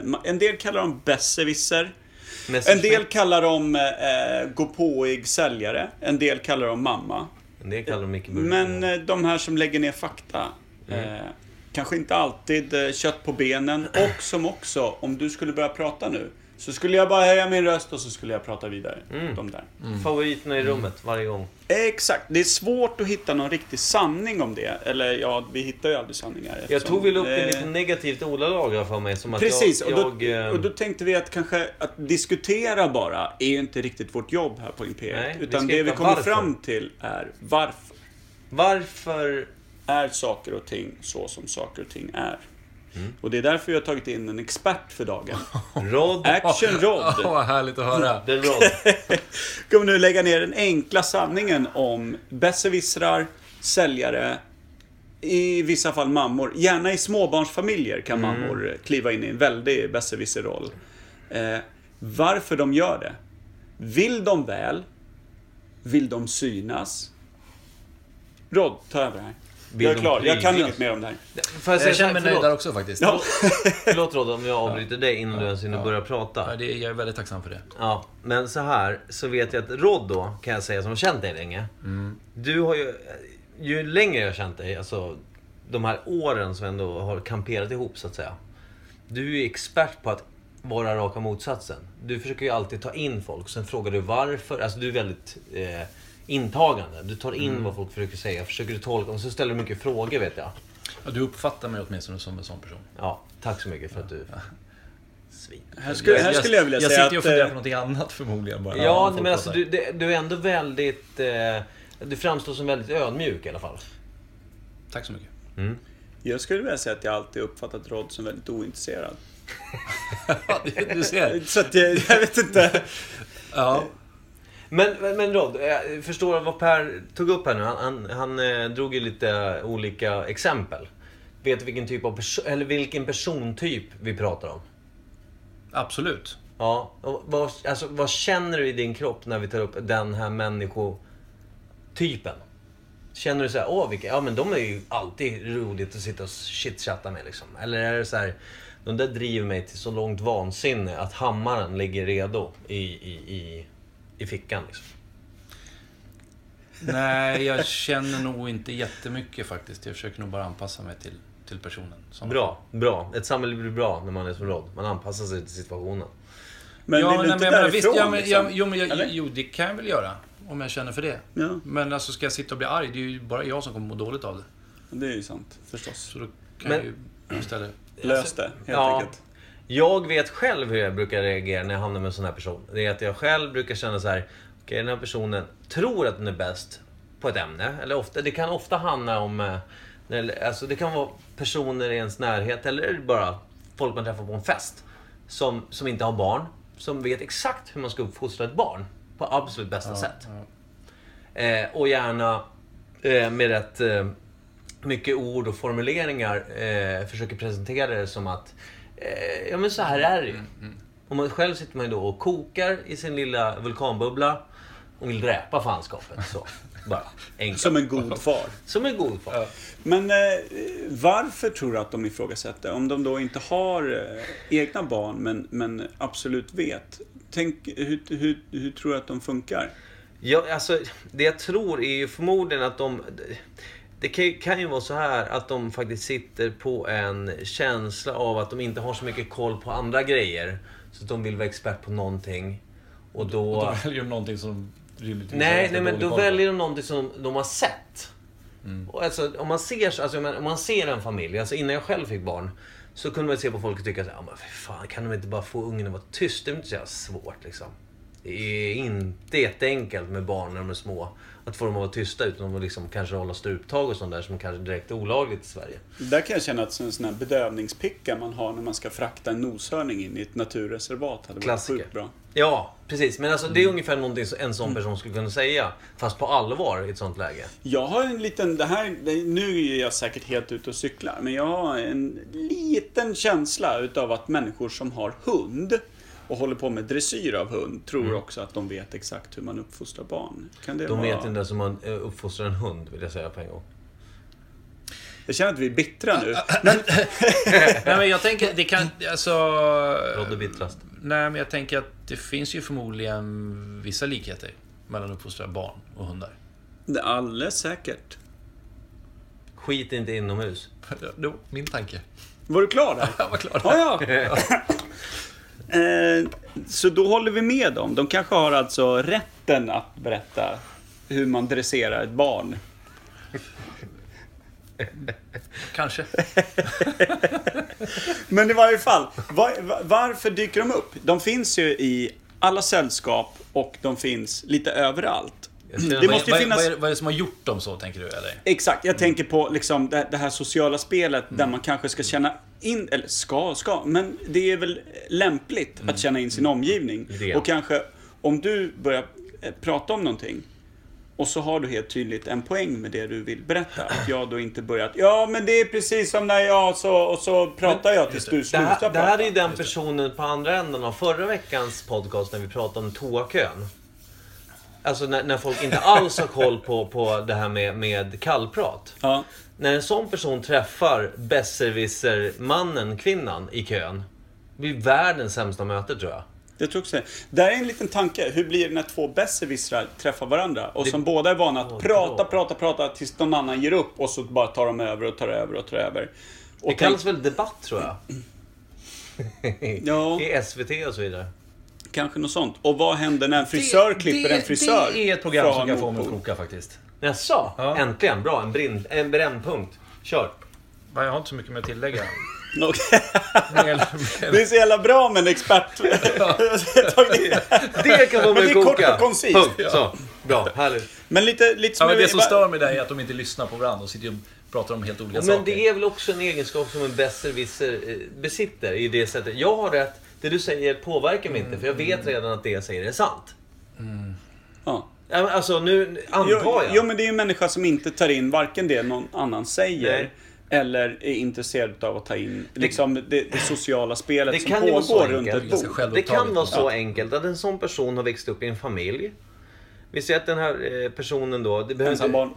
Speaker 1: ma- en del kallar dem besserwisser, en del kallar dem eh, gåpåig säljare, en del kallar dem mamma.
Speaker 2: Det kallar de Micke Burman.
Speaker 1: Men eh, de här som lägger ner fakta,
Speaker 2: Mm.
Speaker 1: eh, kanske inte alltid eh, kött på benen och som också, om du skulle börja prata nu, så skulle jag bara höja min röst och så skulle jag prata vidare.
Speaker 2: Mm.
Speaker 1: De där.
Speaker 2: Favoriterna i rummet varje gång.
Speaker 1: Exakt, det är svårt att hitta någon riktig sanning om det. Eller ja, vi hittar ju aldrig sanningar.
Speaker 2: Jag
Speaker 1: eftersom,
Speaker 2: tog väl upp det
Speaker 1: eh,
Speaker 2: lite negativt ordalag här för mig. Som att
Speaker 1: Precis,
Speaker 2: jag,
Speaker 1: och då,
Speaker 2: jag, eh,
Speaker 1: och då tänkte vi att kanske att diskutera bara är ju inte riktigt vårt jobb här på Imperiet.
Speaker 2: Nej, vi
Speaker 1: utan
Speaker 2: ska
Speaker 1: det vi
Speaker 2: hitta
Speaker 1: kommer
Speaker 2: varför.
Speaker 1: fram till är varför
Speaker 2: Varför...
Speaker 1: är saker och ting så som saker och ting är. Och det är därför jag har tagit in en expert för dagen.
Speaker 2: Rod...
Speaker 1: Action
Speaker 6: Ja,
Speaker 1: Rod
Speaker 6: vad härligt att höra.
Speaker 2: Den Rod.
Speaker 1: kommer nu lägga ner den enkla sanningen om besserwissrar, säljare, i vissa fall mammor. Gärna i småbarnsfamiljer kan mammor kliva in i en väldig besserwisserroll. Eh, varför de gör det. Vill de väl? Vill de synas? Rod, ta över här.
Speaker 2: Vill
Speaker 1: Jag är
Speaker 2: de
Speaker 1: klar, jag kan
Speaker 2: prydnas?
Speaker 1: inget mer om det här.
Speaker 2: Får jag säga
Speaker 6: Jag
Speaker 2: så
Speaker 6: känner
Speaker 2: här,
Speaker 6: mig nöjd där
Speaker 2: förlåt,
Speaker 6: också faktiskt.
Speaker 1: Ja.
Speaker 2: förlåt Rod om jag avbryter dig innan du ens hinner börja
Speaker 6: Ja,
Speaker 2: prata.
Speaker 6: det, jag är väldigt tacksam för det.
Speaker 2: Ja, men så här så vet jag att Rod då, kan jag säga som har känt dig länge. Du har ju... Ju längre jag har känt dig, alltså de här åren som ändå har kamperat ihop så att säga. Du är ju expert på att vara raka motsatsen. Du försöker ju alltid ta in folk. Sen frågar du varför. Alltså du är väldigt eh, intagande. Du tar in vad folk försöker säga. Försöker du tolka. Och så ställer du mycket frågor vet jag.
Speaker 6: Ja, du uppfattar mig åtminstone som en sån person.
Speaker 2: Ja, tack så mycket för att du... Svin.
Speaker 1: Här skulle jag, här skulle jag vilja
Speaker 6: jag
Speaker 1: säga
Speaker 6: sitter ju
Speaker 1: att...
Speaker 6: och funderar på
Speaker 1: eh,
Speaker 6: någonting annat förmodligen bara.
Speaker 2: Ja,
Speaker 6: folk
Speaker 2: men alltså
Speaker 6: pratar.
Speaker 2: du, det- du är ändå väldigt... Eh, du framstår som väldigt ödmjuk i alla fall.
Speaker 6: Tack så mycket.
Speaker 1: Jag skulle vilja säga att jag alltid uppfattat Rod som väldigt ointresserad.
Speaker 6: Ja, du, du ser.
Speaker 1: Så att jag, jag vet inte.
Speaker 6: Ja.
Speaker 2: Men, men, men Rod, jag förstår vad Per tog upp här nu. Han, han, han eh, drog ju lite olika exempel. Vet du vilken typ av perso- eller vilken persontyp vi pratar om?
Speaker 6: Absolut.
Speaker 2: Ja, och vad, alltså, vad känner du i din kropp när vi tar upp den här människotypen? Känner du så här, åh vilka, ja men de är ju alltid roligt att sitta och chitchatta med liksom. Eller är det så här, de där driver mig till så långt vansinne att hammaren ligger redo i, i, i i fickan. Liksom.
Speaker 6: Nej, jag känner nog inte jättemycket faktiskt. Jag försöker nog bara anpassa mig till, till personen. Som...
Speaker 2: Bra, bra. Ett samhälle blir bra när man är som Rod. Man anpassar sig till situationen.
Speaker 1: Men
Speaker 6: ja,
Speaker 1: vill
Speaker 6: men,
Speaker 1: du
Speaker 6: nej,
Speaker 1: inte
Speaker 6: men jag menar,
Speaker 1: därifrån?
Speaker 6: visst, ja, men,
Speaker 1: liksom?
Speaker 6: ja, jo, men
Speaker 1: Eller?
Speaker 6: jag, jo, det kan jag väl göra. Om jag känner för det.
Speaker 1: Ja.
Speaker 6: Men alltså, ska jag sitta och bli arg? Det är ju bara jag som kommer må dåligt av det.
Speaker 1: Det är ju sant, förstås.
Speaker 6: Så då kan
Speaker 2: Men-
Speaker 6: jag ju istället...
Speaker 1: Lös det, helt
Speaker 2: Ja.
Speaker 1: enkelt.
Speaker 2: Jag vet själv hur jag brukar reagera när jag hamnar med en sån här person. Det är att jag själv brukar känna så här. Okej, den här personen tror att den är bäst på ett ämne. Eller ofta, det kan ofta handla om... eh, Eller, alltså det kan vara personer i ens närhet eller bara folk man träffar på en fest. Som, som inte har barn. Som vet exakt hur man ska uppfostra ett barn. På absolut bästa sätt. Eh, och gärna eh, med rätt eh, mycket ord och formuleringar eh, försöker presentera det som att eh, ja men så här är det ju. Och man själv sitter man ju då och kokar i sin lilla vulkanbubbla och vill dräpa fanskapet. Så. Bara enkelt.
Speaker 1: Som en god far.
Speaker 2: Som en god far.
Speaker 1: Men eh, varför tror du att de ifrågasätter? Om de då inte har eh, egna barn, men, men absolut vet. Tänk, hur, hur, hur tror du att de funkar?
Speaker 2: Ja, alltså, det jag tror är ju förmodligen att de... Det kan ju, kan ju vara så här att de faktiskt sitter på en känsla av att de inte har så mycket koll på andra grejer. Så att de vill vara expert på någonting. Och då...
Speaker 6: Då väljer de någonting som rimligtvis är
Speaker 2: nej,
Speaker 6: ganska
Speaker 2: nej, men
Speaker 6: dålig
Speaker 2: då
Speaker 6: koll på. Mm.
Speaker 2: väljer de någonting som de har sett. Och alltså, om, man ser, så- alltså, jag menar, om man ser en familj, alltså innan jag själv fick barn, så kunde man ju se på folk och tycka så här, "Ja, men för fan, kan de inte bara få ungen att vara tyst? Det är väl inte så jävla svårt liksom. Det är inte jätteenkelt med barn när de är små. Att få dem att vara tysta utan att liksom kanske hålla struptag och sånt där som kanske direkt är olagligt i Sverige.
Speaker 1: Där kan jag känna att en sån här bedövningspicka man har när man ska frakta en noshörning in i ett naturreservat hade varit
Speaker 2: Klassiker.
Speaker 1: sjukt bra.
Speaker 2: Ja, precis. Men alltså, det är
Speaker 6: Mm.
Speaker 2: ungefär någonting som en sån person skulle kunna säga. Fast på allvar i ett sånt läge.
Speaker 1: Jag har en liten, det här, det- nu är jag säkert helt ute och cyklar, men jag har en liten känsla utav att människor som har hund och håller på med dressyr av hund tror också att de vet exakt hur man uppfostrar barn. Kan det
Speaker 2: Mm. De
Speaker 1: vara?
Speaker 2: vet inte ens hur man eh, uppfostrar en hund, vill jag säga på en gång.
Speaker 1: Jag känner att vi är bittra nu.
Speaker 6: Nej, men jag tänker, det kan... Alltså...
Speaker 2: Rodde Bittlast.
Speaker 6: Nej, men jag tänker att det finns ju förmodligen vissa likheter mellan uppfostrade barn och hundar.
Speaker 1: Det är Alldeles säkert.
Speaker 2: Skit inte inomhus.
Speaker 6: Det var min tanke.
Speaker 1: Var du klar där?
Speaker 6: Jag var klar.
Speaker 1: Ja, ja. Eh, Så då håller vi med dem. De kanske har alltså rätten att berätta hur man dresserar ett barn.
Speaker 6: Kanske.
Speaker 1: Men i varje fall, var, var- varför dyker de upp? De finns ju i alla sällskap och de finns lite överallt.
Speaker 2: känner-
Speaker 1: Det
Speaker 6: Vad-
Speaker 1: måste ju
Speaker 6: vad,
Speaker 1: finnas...
Speaker 6: vad, är, det- vad är det som har gjort dem så, tänker du? Eller?
Speaker 1: Exakt, jag tänker på liksom det, det här sociala spelet där
Speaker 6: Mm.
Speaker 1: man kanske ska känna in, eller ska och ska, men det är väl lämpligt
Speaker 6: Mm.
Speaker 1: att känna in sin omgivning.
Speaker 2: Idén.
Speaker 1: Och kanske om du börjar eh, prata om någonting och så har du helt tydligt en poäng med det du vill berätta. Att jag då inte börjat, ja men det är precis som när jag så, och så pratar jag tills du
Speaker 2: Det
Speaker 1: slutar
Speaker 2: här, det här
Speaker 1: prata.
Speaker 2: är ju den personen på andra änden av förra veckans podcast när vi pratade om toakön. Alltså när, när folk inte alls har koll på, på det här med, med kallprat.
Speaker 1: Ja.
Speaker 2: När en sån person träffar besserwisser-mannen, kvinnan, i kön. Det blir världens sämsta möte tror jag.
Speaker 1: Jag tror också det. Där är en liten tanke. Hur blir det när två besserwissrar träffar varandra och som båda är vana att
Speaker 2: Åh,
Speaker 1: prata,
Speaker 2: bra.
Speaker 1: prata, prata tills någon annan ger upp och så bara tar de över och tar över och tar över. Och
Speaker 2: Det kallas väl debatt tror jag.
Speaker 1: Ja.
Speaker 2: I SVT och så vidare.
Speaker 1: tänk, kanske något sånt. Och vad händer när en frisör klipper en frisör?
Speaker 4: Det är ett program som
Speaker 1: från
Speaker 4: kan få mig att
Speaker 1: Nordpol?
Speaker 4: koka faktiskt.
Speaker 2: Jaså?
Speaker 4: Ja.
Speaker 2: Äntligen, bra. En, brinn, en brännpunkt. Kör.
Speaker 4: Nej, Jag har inte så mycket mer att tillägga.
Speaker 1: Okej.
Speaker 4: Mer eller-
Speaker 1: Det är så jävla bra med en expert.
Speaker 2: Det kan
Speaker 1: Men
Speaker 2: få mig
Speaker 1: det är
Speaker 2: att
Speaker 1: kort
Speaker 2: koka.
Speaker 1: och koncist.
Speaker 2: Punkt. Så. Bra, härligt.
Speaker 1: Men lite, lite
Speaker 4: Ja,
Speaker 1: som
Speaker 4: men
Speaker 1: vi-
Speaker 4: det som stör mig där är att de inte lyssnar på varandra. De sitter ju och pratar om helt olika saker.
Speaker 2: Men det är väl också en egenskap som en besserwisser eh, besitter i det sättet. Jag har rätt, det du säger påverkar mig inte
Speaker 1: Mm.
Speaker 2: för jag vet redan att det jag säger är sant.
Speaker 1: Ja.
Speaker 2: Ja, men Alltså nu antar
Speaker 1: Jo,
Speaker 2: jag.
Speaker 1: jo, men det är ju en människa som inte tar in varken det någon annan säger
Speaker 2: Nej.
Speaker 1: eller är intresserad av att ta in liksom, det, det sociala spelet
Speaker 2: Det
Speaker 1: som
Speaker 2: kan ju vara så
Speaker 1: pågår runt ett
Speaker 2: enkelt.
Speaker 1: bord.
Speaker 6: sig själv.
Speaker 2: Det kan
Speaker 6: självupptaget.
Speaker 2: vara så enkelt att en sån person har växt upp i en familj. Vi säger att den här eh, personen då... Det behöver
Speaker 1: Ensam barn.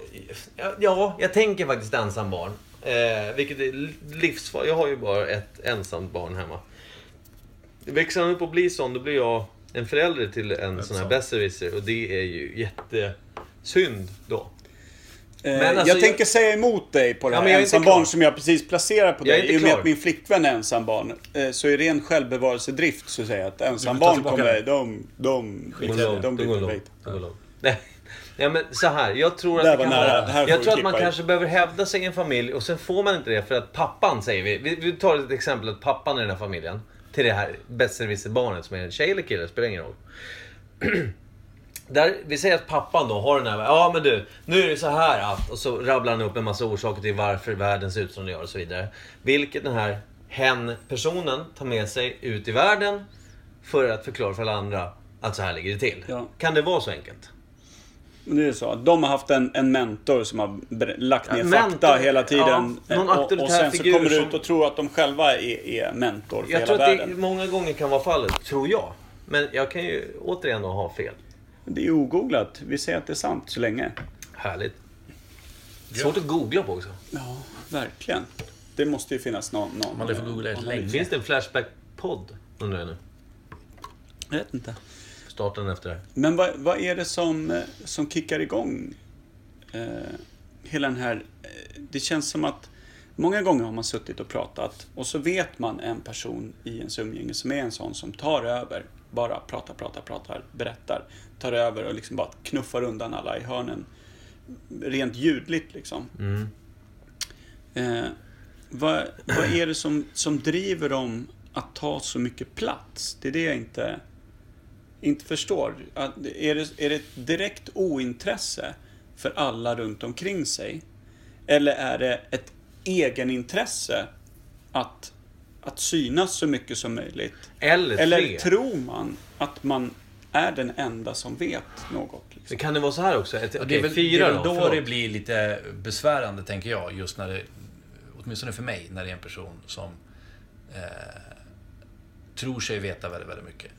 Speaker 2: Ja, Ja, jag tänker faktiskt ensam barn. Eh, vilket är livsfarligt. Jag har ju bara ett ensamt barn hemma. Växer han upp och blir sån, då blir jag en förälder till en sån här
Speaker 4: sant.
Speaker 2: besserwisser och det är ju jättesynd då.
Speaker 1: Eh,
Speaker 2: Men alltså,
Speaker 1: jag
Speaker 2: jag-
Speaker 1: tänker säga emot dig på det
Speaker 2: Ja,
Speaker 1: här
Speaker 2: men jag är inte
Speaker 1: ensam barn
Speaker 2: klar.
Speaker 1: som jag precis placerar på
Speaker 2: Jag är
Speaker 1: dig.
Speaker 2: inte
Speaker 1: I och med
Speaker 2: klar.
Speaker 1: att min flickvän är ensam barn eh, så i ren självbevarelsedrift så säger jag att ensam
Speaker 6: Du vill ta
Speaker 1: barn
Speaker 6: tillbaka
Speaker 1: kommer...
Speaker 6: det.
Speaker 1: De, de, de, de,
Speaker 2: De går
Speaker 1: de
Speaker 2: långt, de
Speaker 1: blir
Speaker 2: går långt.
Speaker 1: perfekta.
Speaker 2: de går långt. Nej. Ja, men så här, jag tror att,
Speaker 1: Där
Speaker 2: det
Speaker 1: var
Speaker 2: kan
Speaker 1: nära.
Speaker 2: vara-
Speaker 1: Det här får
Speaker 2: jag
Speaker 1: vi
Speaker 2: tror att
Speaker 1: klippa
Speaker 2: man
Speaker 1: i.
Speaker 2: kanske behöver hävda sig i en familj och sen får man inte det för att pappan, säger vi. Vi, vi tar ett exempel att pappan i den här familjen, till det här besserwisser-barnet som är en tjej eller kille, spelar ingen roll. Där, vi säger att pappan då har den här, ja men du, nu är det så här att... Och så rabblar han upp en massa orsaker till varför världen ser ut som den gör och så vidare. Vilket den här hen-personen tar med sig ut i världen för att förklara för alla andra att så här ligger det till.
Speaker 1: Ja.
Speaker 2: Kan det vara så enkelt?
Speaker 1: Men Det är så. att De har haft en, en mentor som har br- lagt ner
Speaker 2: Ja,
Speaker 1: fakta
Speaker 2: mentor.
Speaker 1: hela tiden.
Speaker 2: Ja, någon
Speaker 1: Eh, och,
Speaker 2: auktoritär
Speaker 1: och sen så
Speaker 2: figur
Speaker 1: kommer du
Speaker 2: som-
Speaker 1: ut och tror att de själva är, är mentor för
Speaker 2: Jag
Speaker 1: hela
Speaker 2: tror att det
Speaker 1: världen.
Speaker 2: många gånger kan vara fallet, tror jag. Men jag kan ju återigen då ha fel.
Speaker 1: Det... är ogooglat. Vi säger att det är sant så länge.
Speaker 2: Härligt. Svårt att googla på också.
Speaker 1: Ja, verkligen. Det måste ju finnas någon... någon
Speaker 6: Man lär få googla rätt länge.
Speaker 2: Finns det en Flashback-podd? Undrar jag nu.
Speaker 1: Jag vet inte.
Speaker 2: Starta den efter det här.
Speaker 1: Men vad, vad är det som, eh, som kickar igång eh, hela den här... Eh, det känns som att många gånger har man suttit och pratat och så vet man en person i ens umgänge som är en sån som tar över. Bara pratar, pratar, pratar, berättar. Tar över och liksom bara knuffar undan alla i hörnen. Rent ljudligt liksom. Eh, vad, vad är det som, som driver dem att ta så mycket plats? Det är det jag inte inte förstår. Att, är, det, är det ett direkt ointresse för alla runt omkring sig? Eller är det ett egenintresse att, att synas så mycket som möjligt?
Speaker 2: Eller, tre.
Speaker 1: Eller tror man att man är den enda som vet något? Liksom?
Speaker 2: Men Kan det vara så här också? Ett,
Speaker 6: Och det är väl,
Speaker 2: fyra
Speaker 6: det är väl då,
Speaker 2: då
Speaker 6: det blir lite besvärande, tänker jag. Just när det, åtminstone för mig, när det är en person som eh, tror sig veta väldigt, väldigt mycket.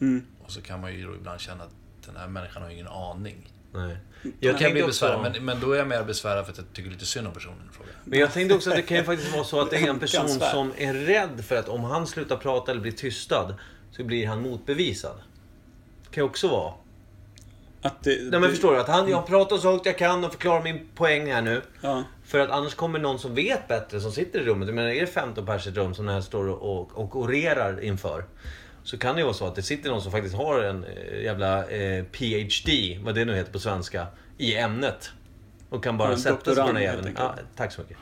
Speaker 6: Och så kan man ju då ibland känna att den här människan har ingen aning.
Speaker 2: Nej.
Speaker 6: Jag kan
Speaker 2: tänkte
Speaker 6: bli
Speaker 2: också-
Speaker 6: besvärad, men, men då är jag mer besvärad för att jag tycker lite synd om personen i fråga.
Speaker 2: Men jag tänkte också att det kan ju faktiskt vara så att det är en person
Speaker 1: Fruktansvärt.
Speaker 2: som är rädd för att om han slutar prata eller blir tystad så blir han motbevisad. Det kan ju också vara.
Speaker 1: Att det,
Speaker 2: Nej men förstår du? Att han, jag pratar så högt jag kan och förklarar min poäng här nu.
Speaker 1: Ja.
Speaker 2: För att annars kommer någon som vet bättre som sitter i rummet. Jag menar är det 15 pers i ett rum som den här står och, och, och orerar inför. Så kan det ju vara så att det sitter någon som faktiskt har en eh, jävla eh, PhD, vad det nu heter på svenska, i ämnet. Och kan bara
Speaker 1: Ja, en
Speaker 2: sätta sig på den
Speaker 1: doktorand,
Speaker 2: här
Speaker 1: helt
Speaker 2: jäveln.
Speaker 1: enkelt.
Speaker 2: Ja, tack så mycket.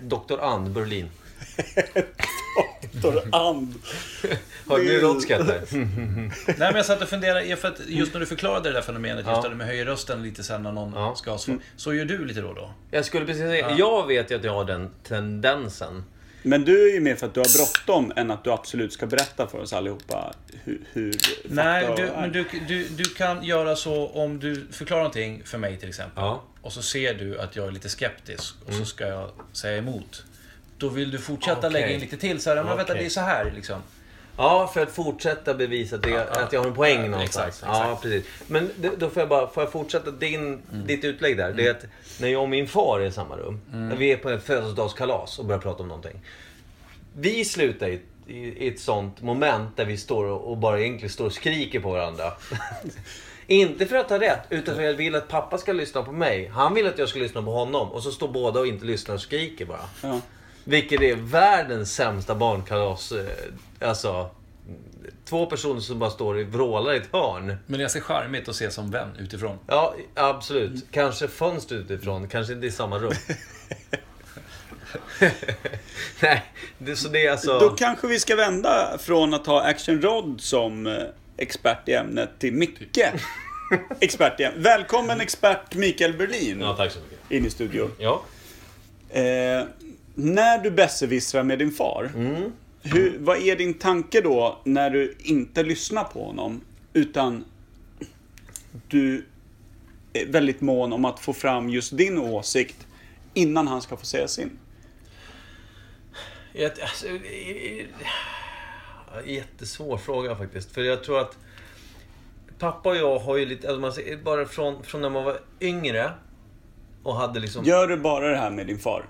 Speaker 2: Eh, Doktor Ann Berlin.
Speaker 1: Doktor And.
Speaker 2: Hörde ni Rodskat där?
Speaker 6: Nej, men jag satt och funderade, ja, för att just när du förklarade det där fenomenet, just
Speaker 2: Ja.
Speaker 6: det där med höjer rösten lite sen när någon
Speaker 2: Ja.
Speaker 6: ska ha svar. Så gör du lite då och då.
Speaker 2: Jag skulle precis säga, jag vet ju att jag har den tendensen.
Speaker 1: Men du är ju mer för att du har bråttom än att du absolut ska berätta för oss allihopa hur, hur fakta
Speaker 6: Nej, du,
Speaker 1: är.
Speaker 6: men du, du, du kan göra så om du förklarar någonting för mig till exempel.
Speaker 2: Ja. Mm.
Speaker 6: Och så ser du att jag är lite skeptisk och så ska jag säga emot. Då vill du fortsätta
Speaker 2: Okej.
Speaker 6: lägga in lite till. Så här, men vänta,
Speaker 2: Okej.
Speaker 6: det är så här liksom.
Speaker 2: Ja, för att fortsätta bevisa att, det, att jag har en poäng någonstans.
Speaker 6: exakt, Mm.
Speaker 2: Ja, precis. Men det- då får jag bara får jag fortsätta din, ditt utlägg där. Det är att när jag och min far är i samma rum,
Speaker 6: Mm.
Speaker 2: när vi är på ett födelsedagskalas och börjar prata om någonting. Vi slutar i, i, i ett sånt moment där vi står och, och bara egentligen står och skriker på varandra. inte för att ha rätt, utan för att jag vill att pappa ska lyssna på mig. Han vill att jag ska lyssna på honom. Och så står båda och inte lyssnar och skriker bara.
Speaker 1: Ja.
Speaker 2: Vilket är världens sämsta barnkalas. eh, Alltså, två personer som bara står och vrålar i ett hörn.
Speaker 6: Men det är ganska charmigt att se som vän utifrån.
Speaker 2: Ja, absolut. Kanske fönster utifrån, kanske inte i samma rum. Nej, det, så det är alltså...
Speaker 1: Då kanske vi ska vända från att ha Action Rod som eh, expert i ämnet till Micke. expert i ämnet. Välkommen expert Mikael Berlin
Speaker 2: Ja, tack så mycket.
Speaker 1: in i studion.
Speaker 2: Ja.
Speaker 1: Eh, när du besserwissrar med din far,
Speaker 2: Mm.
Speaker 1: hur, vad är din tanke då när du inte lyssnar på honom? Utan du är väldigt mån om att få fram just din åsikt innan han ska få säga sin.
Speaker 2: Jag, alltså, i- i- jättesvår fråga faktiskt. För jag tror att pappa och jag har ju lite, alltså man ser, bara från, från när man var yngre och hade liksom...
Speaker 1: Gör du bara det här med din far?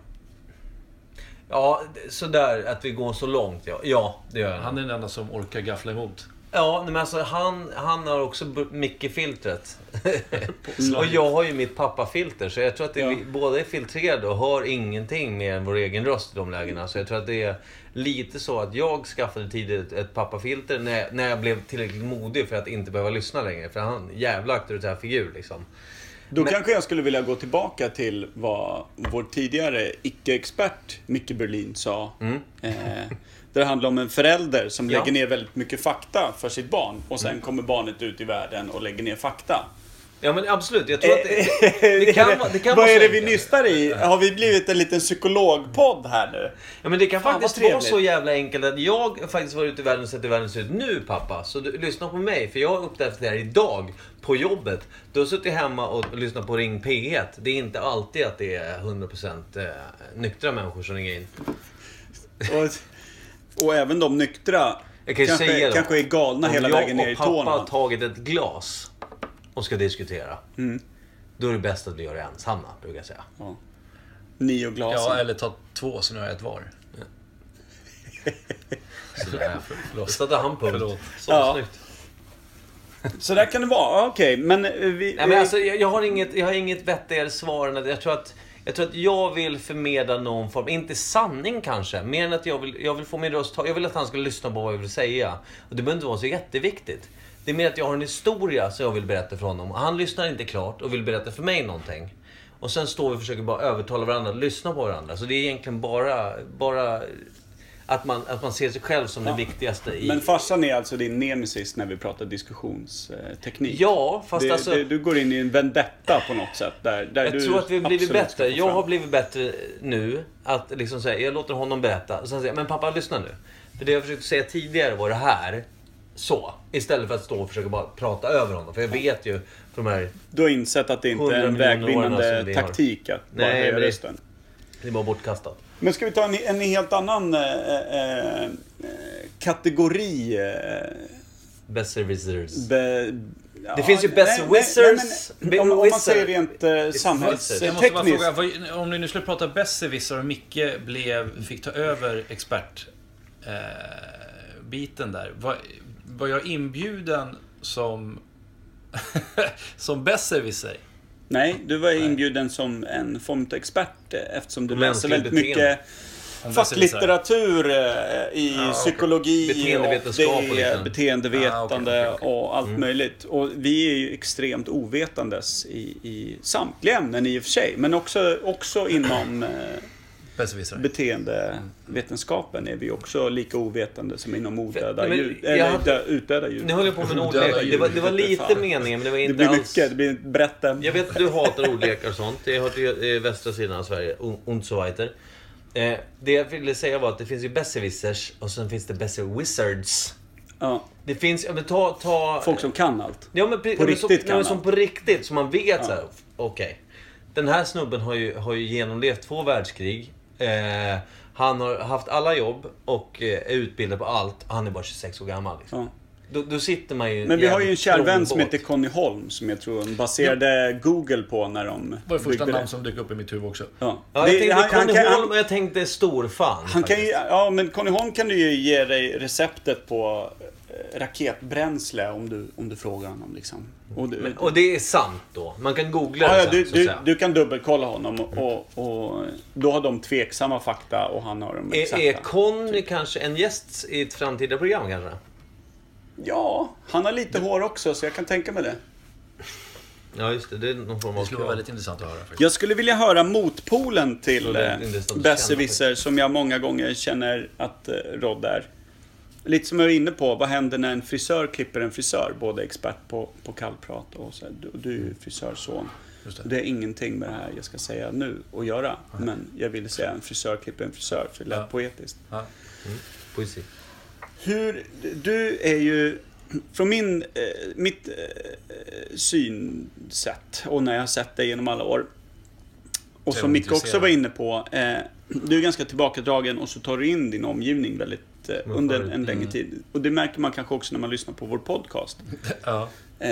Speaker 2: Ja, sådär att vi går så långt. Ja, ja det gör jag.
Speaker 6: Han är den enda som orkar gaffla emot.
Speaker 2: Ja, nej, men alltså han, han har också b- Micke-filtret. och jag har ju mitt pappa-filter. Så jag tror att det,
Speaker 1: Ja.
Speaker 2: vi båda är filtrerade och hör ingenting mer än vår egen röst i de lägena. Så jag tror att det är lite så att jag skaffade tidigt ett pappa-filter när, jag- när jag blev tillräckligt modig för att inte behöva lyssna längre. För han, jävla auktoritär figur liksom.
Speaker 1: Då kanske jag skulle vilja gå tillbaka till vad vår tidigare icke-expert Micke Berlin sa. Eh, där det handlar om en förälder som
Speaker 2: Mm. Ja. Mm.
Speaker 1: lägger ner väldigt mycket fakta för sitt barn och sen kommer barnet ut i världen och lägger ner fakta.
Speaker 2: Ja men absolut, jag tror att det, det kan vara det kan
Speaker 1: Vad
Speaker 2: vara
Speaker 1: är
Speaker 2: så
Speaker 1: det vi
Speaker 2: enkelt.
Speaker 1: nystar i? Har vi blivit en liten psykologpodd här nu?
Speaker 2: Ja, men det kan
Speaker 1: Fan,
Speaker 2: faktiskt
Speaker 1: vad
Speaker 2: vara
Speaker 1: trevligt.
Speaker 2: så jävla enkelt att jag faktiskt var ute i världen och sett hur världen ser ut nu pappa. Så du, lyssna på mig, för jag har upptäckt det här idag på jobbet. Du har suttit hemma och lyssnat på Ring P1. Det är inte alltid att det är 100% eh, nyktra människor som ringer in.
Speaker 1: Och, och även de nyktra
Speaker 2: Jag kan ju
Speaker 1: kanske,
Speaker 2: säga då,
Speaker 1: kanske är galna
Speaker 2: om
Speaker 1: hela vägen ner i
Speaker 2: jag och pappa har
Speaker 1: tårna.
Speaker 2: tagit ett glas och ska diskutera.
Speaker 1: Mm.
Speaker 2: Då är det bäst att vi gör det ensamma, brukar jag säga.
Speaker 1: Nio glas.
Speaker 6: Ja, eller ta två så nu har jag ett var.
Speaker 2: Sådär. Då satte han punkt. Så
Speaker 1: Ja.
Speaker 2: snyggt.
Speaker 1: Så där kan det vara. Ah, Okej, men eh, vi...
Speaker 2: Nej, men alltså, jag, jag, har inget, jag har inget vettigare svar än att jag tror att jag, tror att jag vill förmedla någon form, inte sanning kanske, mer än att jag vill, jag vill få min röst hörd. Jag vill att han ska lyssna på vad jag vill säga. Och det behöver inte vara så jätteviktigt. Det är mer att jag har en historia som jag vill berätta för honom. Han lyssnar inte klart och vill berätta för mig någonting. Och sen står vi och försöker bara övertala varandra att lyssna på varandra. Så det är egentligen bara, bara att, man, att man ser sig själv som det viktigaste. I...
Speaker 1: Men farsan är alltså din nemesis när vi pratar diskussionsteknik?
Speaker 2: Ja, fast
Speaker 1: det,
Speaker 2: alltså-
Speaker 1: det, du går in i en vendetta på något sätt. Där, där
Speaker 2: Jag
Speaker 1: du
Speaker 2: tror att vi har blivit
Speaker 1: absolut ska
Speaker 2: bättre.
Speaker 1: få
Speaker 2: Jag
Speaker 1: fram.
Speaker 2: har blivit bättre nu. Att liksom säga, jag låter honom berätta. Och sen säger jag, men pappa lyssna nu. För det jag försökte säga tidigare var det här. Så. Istället för att stå och försöka bara prata över honom. För jag vet ju från de här...
Speaker 1: Du har insett att det inte
Speaker 2: 100
Speaker 1: är en
Speaker 2: miljoner åren som
Speaker 1: vägvinnande
Speaker 2: vi har.
Speaker 1: taktik att bara
Speaker 2: Nej, men
Speaker 1: höja
Speaker 2: det-
Speaker 1: rösten.
Speaker 2: Det är bara bortkastat.
Speaker 1: Men ska vi ta en, en helt annan eh, eh, eh, kategori? Eh,
Speaker 2: Besserwissers.
Speaker 1: be, ja,
Speaker 2: finns ju best wizards,
Speaker 1: men om, om man
Speaker 2: wizard.
Speaker 1: säger rent eh,
Speaker 6: Jag måste bara
Speaker 1: samhällstekniskt.
Speaker 6: fråga, vad- om ni nu skulle prata besserwisser och Micke blev, fick ta över expertbiten eh, biten där. Var, var jag inbjuden som, som besserwisser?
Speaker 1: Nej, du var inbjuden som en formtexpert eh, eftersom du läser
Speaker 2: Mänsklig
Speaker 1: väldigt
Speaker 2: beteende.
Speaker 1: mycket facklitteratur eh, i psykologi
Speaker 2: Beteendevetenskap och
Speaker 1: och det,
Speaker 2: liknande. Ah,
Speaker 1: beteendevetande och
Speaker 2: Mm.
Speaker 1: allt möjligt. Och vi är ju extremt ovetandes i, i samtliga ämnen i och för sig, men också, också inom eh,
Speaker 6: Besserwisser.
Speaker 1: beteendevetenskapen är vi också lika ovetande som inom odöda
Speaker 2: Nej, men
Speaker 1: djur,
Speaker 2: jag
Speaker 1: eller
Speaker 2: hade-
Speaker 1: dö- utdöda djur.
Speaker 2: Nu höll jag på med en
Speaker 6: Odöda
Speaker 2: ordlek. Det var, det var
Speaker 1: djur.
Speaker 2: lite
Speaker 1: Fan.
Speaker 2: meningen, men det var
Speaker 1: Det
Speaker 2: inte
Speaker 1: blir
Speaker 2: alls...
Speaker 1: mycket, det blir berätta.
Speaker 2: Jag vet att du hatar ordlekar och sånt. Det hör till eh, västra sidan av Sverige. Un- Und so weiter. Eh, det jag ville säga var att det finns ju besserwissers och sen finns det besserwizards.
Speaker 1: Ja,
Speaker 2: Det finns, ja men ta... ta
Speaker 1: folk som kan allt.
Speaker 2: ja, men, pre-
Speaker 1: på
Speaker 2: ja, men,
Speaker 1: riktigt
Speaker 2: så, ja, men,
Speaker 1: kan
Speaker 2: som
Speaker 1: man.
Speaker 2: på riktigt, som man vet så här, f- okej. Den här snubben har ju, har ju genomlevt två världskrig. Eh, han har haft alla jobb och eh, är utbildad på allt. Han är bara 26 år gammal. Liksom.
Speaker 1: Ja.
Speaker 2: Då, då sitter man ju i en
Speaker 1: Men vi har ju en
Speaker 2: jävligt
Speaker 1: kär
Speaker 2: trång
Speaker 1: vän som
Speaker 2: båt.
Speaker 1: heter Conny Holm som jag tror de baserade Google på när de
Speaker 6: Det var det första
Speaker 1: byggde
Speaker 6: namn
Speaker 1: det.
Speaker 6: som dök upp i mitt huvud också.
Speaker 1: Ja.
Speaker 2: Ja, jag
Speaker 1: Det-
Speaker 2: tänkte Conny
Speaker 1: kan-
Speaker 2: Holm och jag tänkte storfan.
Speaker 1: han kan ju, ja, men Conny Holm kan du ju ge dig receptet på eh, raketbränsle om du, om du frågar honom. Liksom. Och du,
Speaker 2: Och det är sant då. Man kan googla
Speaker 1: ja,
Speaker 2: det
Speaker 1: ja, du,
Speaker 2: sen, så att
Speaker 1: du,
Speaker 2: säga.
Speaker 1: du kan dubbelkolla honom och, och, och då har de tveksamma fakta och han har de
Speaker 2: Är,
Speaker 1: exakta.
Speaker 2: är Conny
Speaker 1: Typ.
Speaker 2: kanske en gäst i ett framtida program kanske?
Speaker 1: Ja, han har lite hår också så jag kan tänka mig det.
Speaker 2: Ja, just det. Det är någon form av
Speaker 6: Det skulle vara
Speaker 2: krav.
Speaker 6: väldigt intressant att höra faktiskt.
Speaker 1: Jag skulle vilja höra motpolen till
Speaker 2: Det är
Speaker 1: eh,
Speaker 2: intressant att
Speaker 1: besserwisser som jag många gånger känner att eh, Rod är. Lite som jag var inne på, vad händer när en frisör klipper en frisör? Både expert på, på kallprat och så här, du, du är ju frisörson.
Speaker 6: Mm. Just det.
Speaker 1: Det är ingenting med det här jag ska säga nu att göra. Men jag ville säga en frisör klipper en frisör, för det lät
Speaker 6: Ja.
Speaker 1: poetiskt.
Speaker 6: Ja.
Speaker 2: Poesi.
Speaker 1: Hur, du är ju, från min, eh, mitt eh, synsätt och när jag har sett dig genom alla år. Och
Speaker 6: Det
Speaker 1: som
Speaker 6: var
Speaker 1: Micke också
Speaker 6: intresserad.
Speaker 1: var inne på, eh, du är ganska tillbakadragen och så tar du in din omgivning väldigt, eh, under en, en längre tid. Och det märker man kanske också när man lyssnar på vår podcast.
Speaker 6: Ja.
Speaker 1: Eh,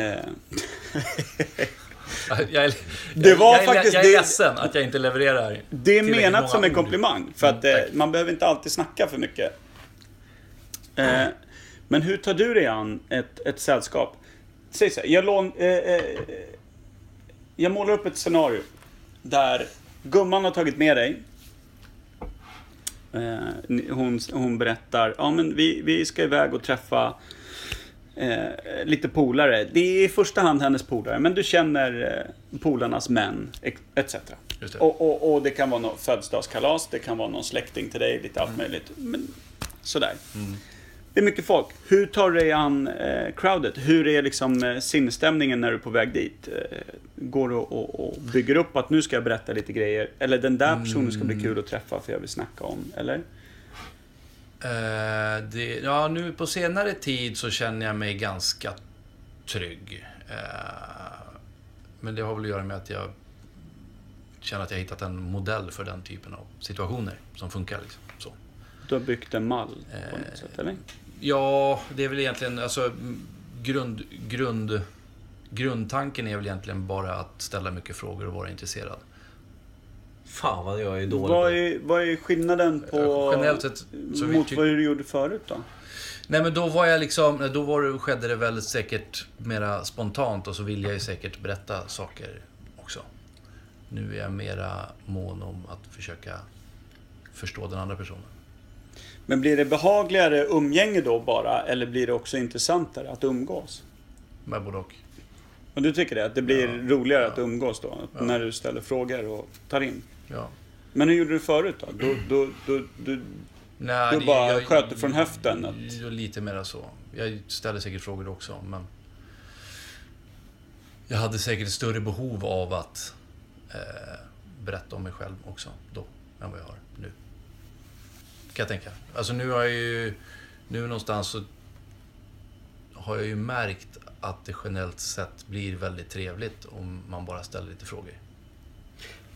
Speaker 6: Jag, är- jag, är-
Speaker 1: Det var
Speaker 6: jag, är-
Speaker 1: faktiskt
Speaker 6: jag är
Speaker 1: det-
Speaker 6: ledsen att jag inte levererar.
Speaker 1: det är
Speaker 6: Tillräckligt
Speaker 1: menat
Speaker 6: många
Speaker 1: som en
Speaker 6: ord.
Speaker 1: komplimang, för att eh,
Speaker 6: Mm, tack.
Speaker 1: man behöver inte alltid snacka för mycket. Eh, Men hur tar du dig an ett, ett sällskap? Säg så här, jag, lån, eh, eh, jag målar upp ett scenario där gumman har tagit med dig. Eh, ni- hon, hon berättar, ja men vi, vi ska iväg och träffa eh, lite polare. Det är i första hand hennes polare, men du känner eh, polarnas män ex- etc.
Speaker 6: Just det.
Speaker 1: Och, och, och det kan vara något födelsedagskalas, det kan vara någon släkting till dig, lite
Speaker 6: Mm.
Speaker 1: allt möjligt. Men, sådär. Det är mycket folk. Hur tar du dig an eh, crowdet? Hur är liksom eh, sinnesstämningen när du är på väg dit? Eh, går du och, och, och bygger upp att nu ska jag berätta lite grejer? Eller den där
Speaker 6: Mm.
Speaker 1: personen ska bli kul att träffa för jag vill snacka om, eller?
Speaker 6: Eh, det, ja, nu på senare tid så känner jag mig ganska trygg. Eh, men det har väl att göra med att jag känner att jag har hittat en modell för den typen av situationer som funkar. Liksom. Så.
Speaker 1: Du har byggt en mall
Speaker 6: Eh,
Speaker 1: på något sätt, eller?
Speaker 6: Ja, det är väl egentligen, alltså m- grund, grund, grundtanken är väl egentligen bara att ställa mycket frågor och vara intresserad.
Speaker 2: Fan vad jag är dålig på
Speaker 1: Vad
Speaker 2: det.
Speaker 1: är, vad är skillnaden på...
Speaker 6: Eh, Generellt sett så vi
Speaker 1: mot
Speaker 6: tyck-
Speaker 1: vad du gjorde förut då?
Speaker 6: Nej men då var jag liksom, då var, det- skedde det väl säkert mera spontant och så vill jag ju säkert berätta saker också. Nu är jag mera mån om att försöka förstå den andra personen.
Speaker 1: Men blir det behagligare umgänge då bara, eller blir det också intressantare att umgås?
Speaker 6: Med både och.
Speaker 1: Men du tycker det? Att det blir roligare att umgås då? Att När du ställer frågor och tar in?
Speaker 6: Ja.
Speaker 1: Men hur gjorde du förut då? Du, du, du, du,
Speaker 6: Nej,
Speaker 1: Du
Speaker 6: det-
Speaker 1: bara sköter från höften att-
Speaker 6: Jo, Lite mera så. Jag ställer säkert frågor också, men... Jag hade säkert ett större behov av att eh, berätta om mig själv också då, än vad jag har nu. Kan jag tänka. Alltså nu har jag ju... Nu någonstans så har jag ju märkt att det generellt sett blir väldigt trevligt om man bara ställer lite frågor.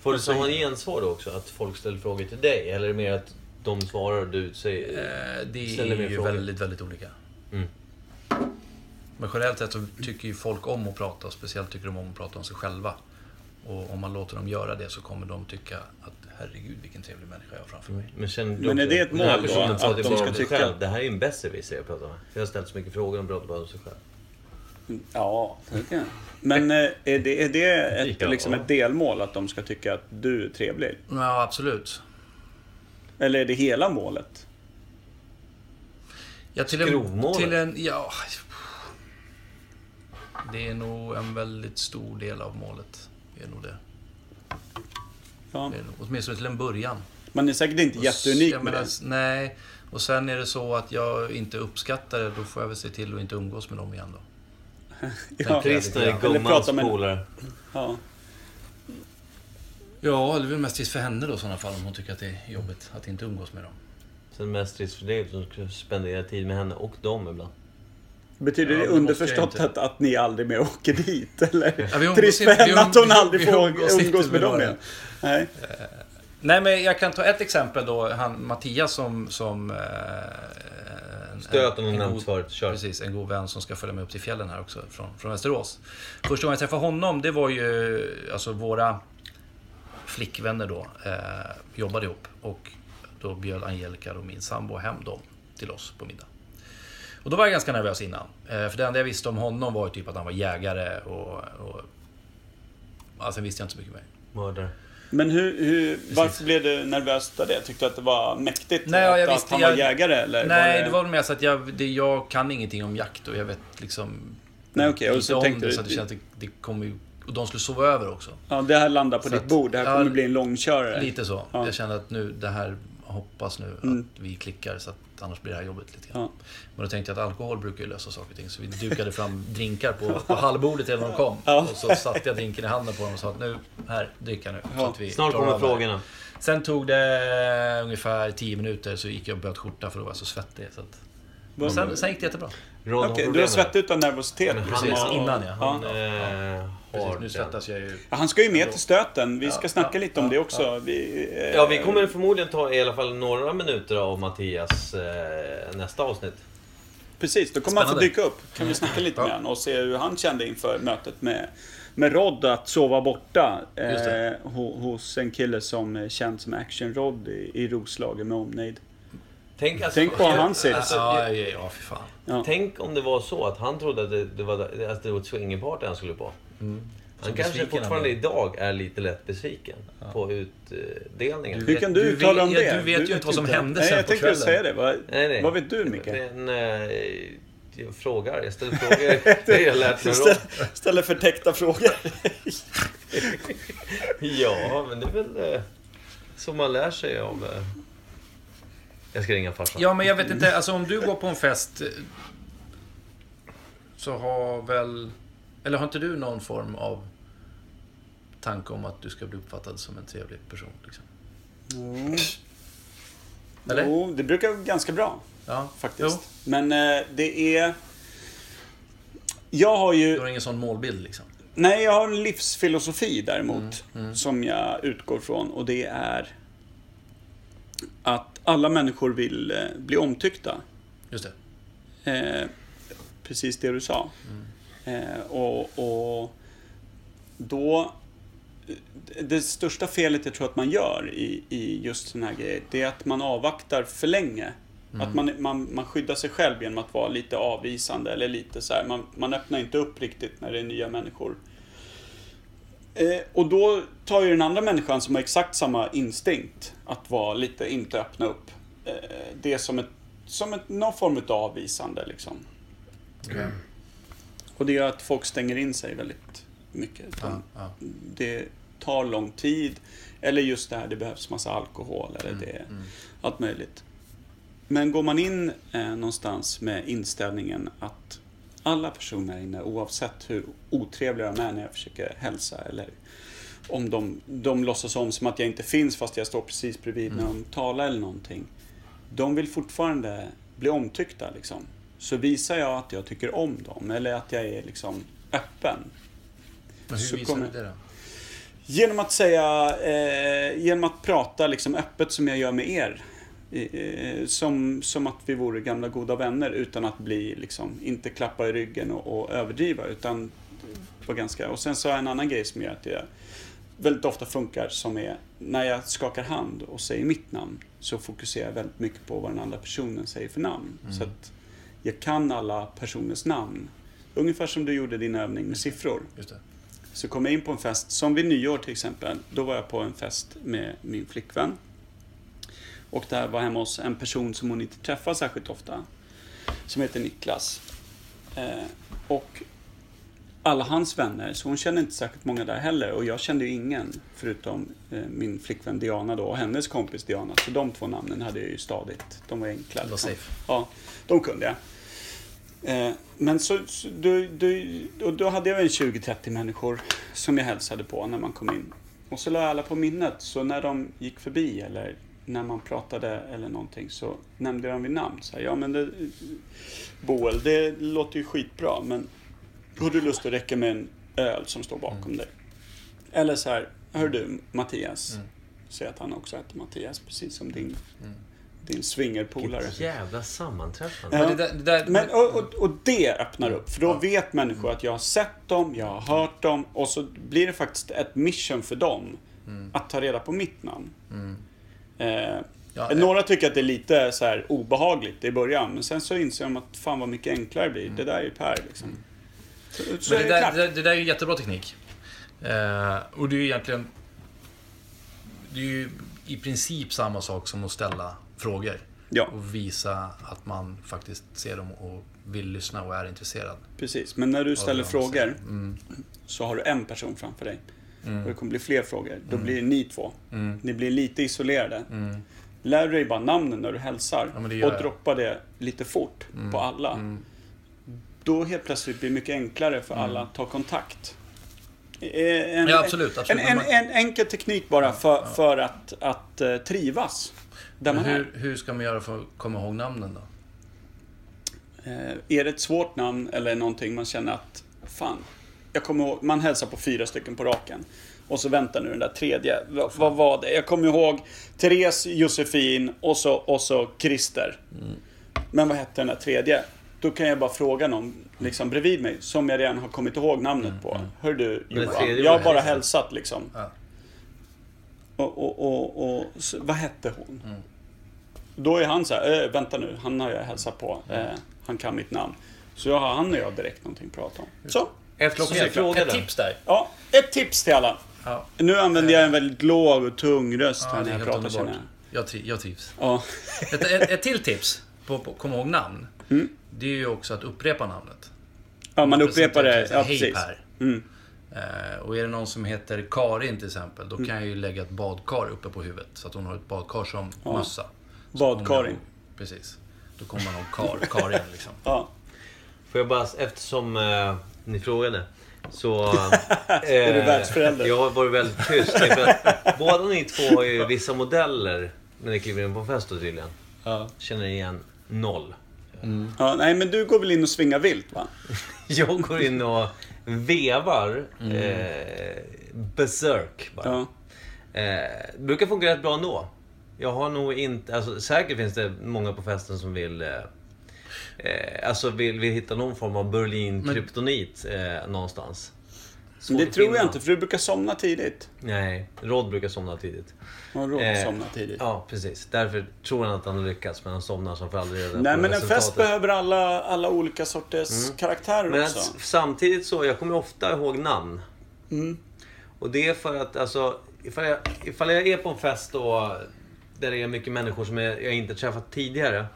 Speaker 2: Får du samma gensvar då också? Att folk ställer frågor till dig? Eller är det mer att de svarar och du säger...
Speaker 6: Eh, Det
Speaker 2: Ställer mer
Speaker 6: är ju
Speaker 2: frågor.
Speaker 6: väldigt, väldigt olika.
Speaker 2: Mm.
Speaker 6: Men generellt sett så tycker ju folk om att prata, och speciellt tycker de om att prata om sig själva. Och om man låter dem göra det så kommer de tycka att herregud vilken trevlig människa jag har framför mig.
Speaker 2: Men, känner du
Speaker 1: Men är
Speaker 2: också-
Speaker 1: det ett
Speaker 2: Den
Speaker 1: mål
Speaker 2: här
Speaker 1: då,
Speaker 2: personen
Speaker 1: att
Speaker 2: pratar
Speaker 1: de
Speaker 2: ju bara
Speaker 1: ska
Speaker 2: om sig
Speaker 1: tycka-
Speaker 2: själv. Det här är ju en besserwisser jag pratar med. Jag har ställt så mycket frågor och pratar bara om sig själv.
Speaker 1: Ja, det Men eh, är det, är det ett,
Speaker 2: Ja.
Speaker 1: liksom ett delmål att de ska tycka att du är trevlig?
Speaker 6: Ja, absolut.
Speaker 1: Eller är det hela målet?
Speaker 6: Ja, till en,
Speaker 2: Skrovmålet.
Speaker 6: till en, ja... Det är nog en väldigt stor del av målet. Det är nog det.
Speaker 1: Ja.
Speaker 6: det är nog, åtminstone till en början.
Speaker 1: Man är säkert inte jätteunik
Speaker 6: Jag
Speaker 1: med
Speaker 6: menar,
Speaker 1: det.
Speaker 6: Nej, och sen är det så att jag inte uppskattar det, då får jag väl se till att inte umgås med dem igen då.
Speaker 1: Ja,
Speaker 2: Trist när det är
Speaker 1: Eller
Speaker 2: gummans
Speaker 1: prata med-
Speaker 2: polare.
Speaker 1: ja.
Speaker 6: Ja, det är väl mest trist för henne då i sådana fall om hon tycker att det är jobbigt att inte umgås med dem.
Speaker 2: Sen mest trist för dig som ska spendera tid med henne och dem ibland.
Speaker 1: Betyder
Speaker 6: Ja,
Speaker 1: det
Speaker 6: men måste jag
Speaker 1: underförstått
Speaker 6: inte.
Speaker 1: att, att ni aldrig mer åker dit? Eller?
Speaker 6: Ja, vi umgås
Speaker 1: Trist för
Speaker 6: inte- vi
Speaker 1: henne att
Speaker 6: umgås-
Speaker 1: hon aldrig
Speaker 6: vi
Speaker 1: får
Speaker 6: umgås inte
Speaker 1: umgås med
Speaker 6: med
Speaker 1: dem
Speaker 6: några.
Speaker 1: igen. Nej.
Speaker 6: Nej, men jag kan ta ett exempel då. Han, Mattias som... som eh, en-
Speaker 2: Stöten har
Speaker 6: en
Speaker 2: nämnts
Speaker 6: god-
Speaker 2: förut, kör.
Speaker 6: Precis, en god vän som ska följa med upp till fjällen här också från, från Västerås. Första gången jag träffade honom, det var ju alltså våra flickvänner då, eh, jobbade ihop. Och då bjöd Angelica och min sambo hem dem till oss på middag. Och då var jag ganska nervös innan. Eh, för det enda jag visste om honom var ju typ att han var jägare och... och alltså, visste jag inte så mycket mer.
Speaker 2: Mördare.
Speaker 1: Men hur, hur, varför blev du nervös av det? Tyckte du att det var mäktigt?
Speaker 6: Nej,
Speaker 1: att,
Speaker 6: jag
Speaker 1: att
Speaker 6: visste-
Speaker 1: han var
Speaker 6: jag-
Speaker 1: jägare? Eller
Speaker 6: Nej,
Speaker 1: det-
Speaker 6: det var väl mer så att jag, det, jag kan ingenting om jakt och jag vet liksom...
Speaker 1: Nej, okej, och
Speaker 6: lite
Speaker 1: så
Speaker 6: om
Speaker 1: tänkte
Speaker 6: det,
Speaker 1: du-
Speaker 6: Så att det känns att det, det kommer ju... Och de skulle sova över också.
Speaker 1: Ja, det här landar på
Speaker 6: Så
Speaker 1: ditt
Speaker 6: att-
Speaker 1: bord. Det här
Speaker 6: ja,
Speaker 1: kommer bli en långkörare.
Speaker 6: Lite så.
Speaker 1: Ja.
Speaker 6: Jag kände att nu, det här... Hoppas nu
Speaker 1: Mm.
Speaker 6: att vi klickar så att annars blir det här jobbigt lite grann.
Speaker 1: Ja.
Speaker 6: Men då tänkte jag att alkohol brukar ju lösa saker och ting. Så vi dukade fram drinkar på, på hallbordet redan när de kom.
Speaker 1: Ja.
Speaker 6: Och så satte jag drinken i handen på dem och sa att nu, här, dricka nu. Så
Speaker 1: Ja.
Speaker 6: att vi
Speaker 2: Snart
Speaker 6: klarar
Speaker 2: kommer
Speaker 6: av det här.
Speaker 2: frågorna.
Speaker 6: Sen tog det ungefär 10 minuter så gick jag och bytte skjorta för då var jag så svettig. Så att... Men
Speaker 1: Vad-
Speaker 6: sen, sen gick det jättebra.
Speaker 2: Råd om
Speaker 1: Okej, du har
Speaker 2: problemen.
Speaker 1: svettat utan nervositet.
Speaker 2: Men han
Speaker 1: liksom,
Speaker 2: är-
Speaker 1: och-
Speaker 6: innan, ja. Han-
Speaker 1: ja.
Speaker 2: Eh,
Speaker 6: Precis,
Speaker 2: har
Speaker 6: nu
Speaker 2: den.
Speaker 6: svettas jag ju.
Speaker 1: Ja, Han ska ju med till stöten. Vi ska
Speaker 6: Ja,
Speaker 1: snacka
Speaker 6: ja,
Speaker 1: lite om
Speaker 6: ja,
Speaker 1: det också. Vi, eh,
Speaker 2: Ja, vi kommer förmodligen ta i alla fall några minuter av Mattias eh, nästa avsnitt.
Speaker 1: Precis, då kommer han få
Speaker 6: Spännande.
Speaker 1: dyka upp. Kan vi snacka lite
Speaker 6: Ja.
Speaker 1: med honom och se hur han kände inför mötet med, med Rod att sova borta
Speaker 6: Just
Speaker 1: eh,
Speaker 6: det.
Speaker 1: ho- hos en kille som är känd som Action Rod i, i Roslagen med omnejd.
Speaker 2: Tänk, alltså,
Speaker 1: Tänk på hans sits.
Speaker 2: Alltså,
Speaker 6: ja, ja, ja, för fan.
Speaker 2: Tänk om det var så att han trodde att det, det, var, att det var ett swingerparty han skulle på. Mm. Han kanske
Speaker 8: besviken
Speaker 2: fortfarande
Speaker 8: han
Speaker 2: idag är lite lätt besviken på utdelningen.
Speaker 1: Hur kan du
Speaker 6: du
Speaker 1: uttala
Speaker 6: vet-
Speaker 1: om
Speaker 6: ja,
Speaker 1: det?
Speaker 6: du vet ju inte vad som hände
Speaker 1: Nej,
Speaker 6: sen
Speaker 1: jag
Speaker 6: på
Speaker 1: tänkte just säga
Speaker 6: kvällen.
Speaker 1: det. Vad,
Speaker 2: Nej, nej.
Speaker 1: vad vet du, Micke?
Speaker 2: Men, eh, jag frågar. Jag ställer frågor. Det har jag lärt mig av Rob.
Speaker 8: Ställer, ställer förtäckta frågor.
Speaker 2: Ja, men det är väl eh, som man lär sig av... Eh... Jag ska ringa farsan.
Speaker 6: Ja, men jag vet inte. Alltså om du går på en fest eh, så har väl... Eller har inte du någon form av tanke om att du ska bli uppfattad som en trevlig person? Liksom? Eller?
Speaker 1: Mm. Jo, det brukar gå ganska bra.
Speaker 6: Ja,
Speaker 1: faktiskt.
Speaker 6: Jo,
Speaker 1: Men eh, det är... Jag har
Speaker 6: du
Speaker 1: ju...
Speaker 6: har ingen sån målbild liksom?
Speaker 1: Nej, jag har en livsfilosofi däremot.
Speaker 6: Mm,
Speaker 1: Som jag utgår från. Och det är... Att alla människor vill eh, bli omtyckta.
Speaker 6: Just det.
Speaker 1: Eh, precis det du sa. Eh, och, och då... eh, Det största felet jag tror att man gör i, i just sådana här grejer, det är att man avvaktar för länge. Att man, man, man skyddar sig själv genom att vara lite avvisande eller lite så här. Man, man öppnar inte upp riktigt när det är nya människor. Eh, och då tar ju den andra människan som har exakt samma instinkt att vara lite, inte öppna upp. Eh, det är som, ett, som ett, någon form av avvisande liksom. Mm. Och det gör att folk stänger in sig väldigt mycket. De,
Speaker 6: ja.
Speaker 1: Det tar lång tid. Eller just det här, det behövs massa alkohol eller det, allt möjligt. Men går man in eh, någonstans med inställningen att alla personer här inne, oavsett hur otrevliga de är när jag försöker hälsa eller om de, de låtsas om som att jag inte finns fast jag står precis bredvid när de talar eller någonting. De vill fortfarande bli omtyckta liksom. Så visar jag att jag tycker om dem eller att jag är liksom öppen.
Speaker 6: Men hur
Speaker 1: Så
Speaker 6: visar
Speaker 1: kommer-
Speaker 6: du det då?
Speaker 1: Genom att säga, eh, genom att prata liksom öppet som jag gör med er. Eh, som, som att vi vore gamla goda vänner utan att bli liksom, inte klappa i ryggen och, och överdriva utan vara ganska... Och sen så har jag en annan grej som gör att jag väldigt ofta funkar som är när jag skakar hand och säger mitt namn så fokuserar jag väldigt mycket på vad den andra personen säger för namn. Så att jag kan alla personers namn. Ungefär som du gjorde din övning med siffror.
Speaker 6: Just det.
Speaker 1: Så kom jag in på en fest, som vid nyår till exempel. Då var jag på en fest med min flickvän. Och där var hemma hos en person som hon inte träffar särskilt ofta. Som heter Niklas. Eh, och alla hans vänner, så hon kände inte särskilt många där heller. Och jag kände ju ingen, förutom eh, min flickvän Diana då och hennes kompis Diana. Så de två namnen hade jag ju stadigt. De var enkla.
Speaker 6: Det var safe.
Speaker 1: Ja, de kunde jag. Eh, Men så, så då, då, och då hade jag en 20-30 människor som jag hälsade på när man kom in. Och så la jag alla på minnet, så när de gick förbi eller när man pratade eller någonting så nämnde jag dem vid namn. Så här, ja men det, Boel, det låter ju skitbra men har du lust att räcka med en öl som står bakom dig? Eller så här, hör du Mattias, säg att han också heter Mattias precis som din, din swingerpolare.
Speaker 2: Jävla sammanträffande.
Speaker 1: Ja.
Speaker 6: Men det där, det där,
Speaker 1: Men, och, och, och det öppnar upp, för då vet människor att jag har sett dem, jag har hört dem och så blir det faktiskt ett mission för dem
Speaker 6: Mm.
Speaker 1: att ta reda på mitt namn. Eh,
Speaker 6: Ja,
Speaker 1: några tycker att det är lite så här obehagligt i början, men sen så inser de att fan vad mycket enklare det blir. Det där är ju Per liksom. Så, så
Speaker 6: Mm.
Speaker 1: är
Speaker 6: Men det,
Speaker 1: det
Speaker 6: där,
Speaker 1: klart.
Speaker 6: det, där, det där är ju jättebra teknik. Eh, och det är ju egentligen... Det är ju i princip samma sak som att ställa frågor.
Speaker 1: Ja.
Speaker 6: Och visa att man faktiskt ser dem och vill lyssna och är intresserad.
Speaker 1: Precis, men när du ställer
Speaker 6: det
Speaker 1: frågor
Speaker 6: mm.
Speaker 1: så har du en person framför dig. Och det kommer bli fler frågor.
Speaker 6: Mm.
Speaker 1: Då blir det ni två. Ni blir lite isolerade. Lär dig bara namnen när du hälsar
Speaker 6: men det gör
Speaker 1: och
Speaker 6: jag. Mm.
Speaker 1: droppa det lite fort på alla. Då helt plötsligt blir det mycket enklare för alla att ta kontakt. Eh, En,
Speaker 6: Mm. Ja, absolut, absolut. Mm.
Speaker 1: En, en, en enkel teknik bara för, för att, att eh, trivas där
Speaker 6: Men
Speaker 1: man är.
Speaker 6: hur, hur ska man göra för att komma ihåg namnen då?
Speaker 1: Eh, är det ett svårt namn eller någonting man känner att fan, jag kommer ihåg, man hälsar på fyra stycken på raken. Och så väntar nu den där tredje. V- vad var det? Jag kommer ihåg Therese, Josefin och så, och så Christer. Men vad hette den där tredje? Då kan jag bara fråga någon liksom bredvid mig som jag redan har kommit ihåg namnet på. Hör du
Speaker 2: Mm, den
Speaker 1: Johan,
Speaker 2: tredje
Speaker 1: jag har
Speaker 2: var
Speaker 1: bara
Speaker 2: Christer.
Speaker 1: hälsat liksom.
Speaker 6: Ja. Mm.
Speaker 1: Och, och, och, och så, vad hette hon? Då är han så här, "Eh, vänta nu, han har jag hälsat på.
Speaker 6: Mm.
Speaker 1: Eh, han kan mitt namn. Så jag har han och jag direkt någonting att prata om. Så.
Speaker 2: Eftersom jag
Speaker 6: Ett
Speaker 2: frågade.
Speaker 6: tips där.
Speaker 1: Ja, ett tips till alla.
Speaker 6: Ja.
Speaker 1: Nu använder jag en väldigt låg och tung röst
Speaker 6: Ja,
Speaker 1: här
Speaker 6: det
Speaker 1: när jag
Speaker 6: är helt
Speaker 1: pratar.
Speaker 6: underbart.
Speaker 1: känner jag.
Speaker 6: Jag, tri- jag trivs.
Speaker 1: Ja.
Speaker 6: Ett, ett, ett till tips, på, på, kom ihåg namn. Det är ju också att upprepa namnet.
Speaker 1: ja, man upprepar det. Ja,
Speaker 6: Hej
Speaker 1: precis. Mm.
Speaker 6: Per. Eh, och är det någon som heter Karin till exempel,
Speaker 1: Mm.
Speaker 6: då kan jag ju lägga ett badkar uppe på huvudet. Så att hon har ett badkar som mössa. Så
Speaker 1: Badkarin.
Speaker 6: kommer jag- Precis. Då kommer man ihåg Kar, Karin liksom.
Speaker 1: Ja.
Speaker 2: Får jag bara, eftersom eh, ni frågade. Så... eh,
Speaker 1: Är du världsförälder?
Speaker 2: Jag har varit väldigt tyst. Det är för att Båda ni två har ju vissa modeller när ni kliver in på en fest då tydligen. Känner igen noll.
Speaker 1: Ja, nej, men du går väl in och svingar vilt va?
Speaker 2: Jag går in och vevar eh, berserk bara.
Speaker 1: Mm. Ja.
Speaker 2: Eh, det brukar funka rätt bra ändå. Jag har nog inte, alltså säkert finns det många på festen som vill eh, eh, Alltså vill, vill hitta någon form av Berlin-kryptonit eh, någonstans. Svårt
Speaker 1: Det
Speaker 2: att
Speaker 1: tror jag
Speaker 2: finna.
Speaker 1: inte, för du brukar somna tidigt.
Speaker 2: Nej, Rod brukar somna tidigt.
Speaker 1: Man råkar
Speaker 2: Eh,
Speaker 1: somna tidigt.
Speaker 2: Ja, precis. Därför tror han att han har lyckats, men han somnar så han får aldrig reda på
Speaker 1: Nej, men en
Speaker 2: resultatet. Mm.
Speaker 1: fest behöver alla, alla olika sorters karaktärer
Speaker 2: Men
Speaker 1: också.
Speaker 2: att, samtidigt så, jag kommer ofta ihåg namn. Och det är för att, alltså, ifall jag, ifall jag är på en fest och där det är mycket människor som jag, jag inte träffat tidigare.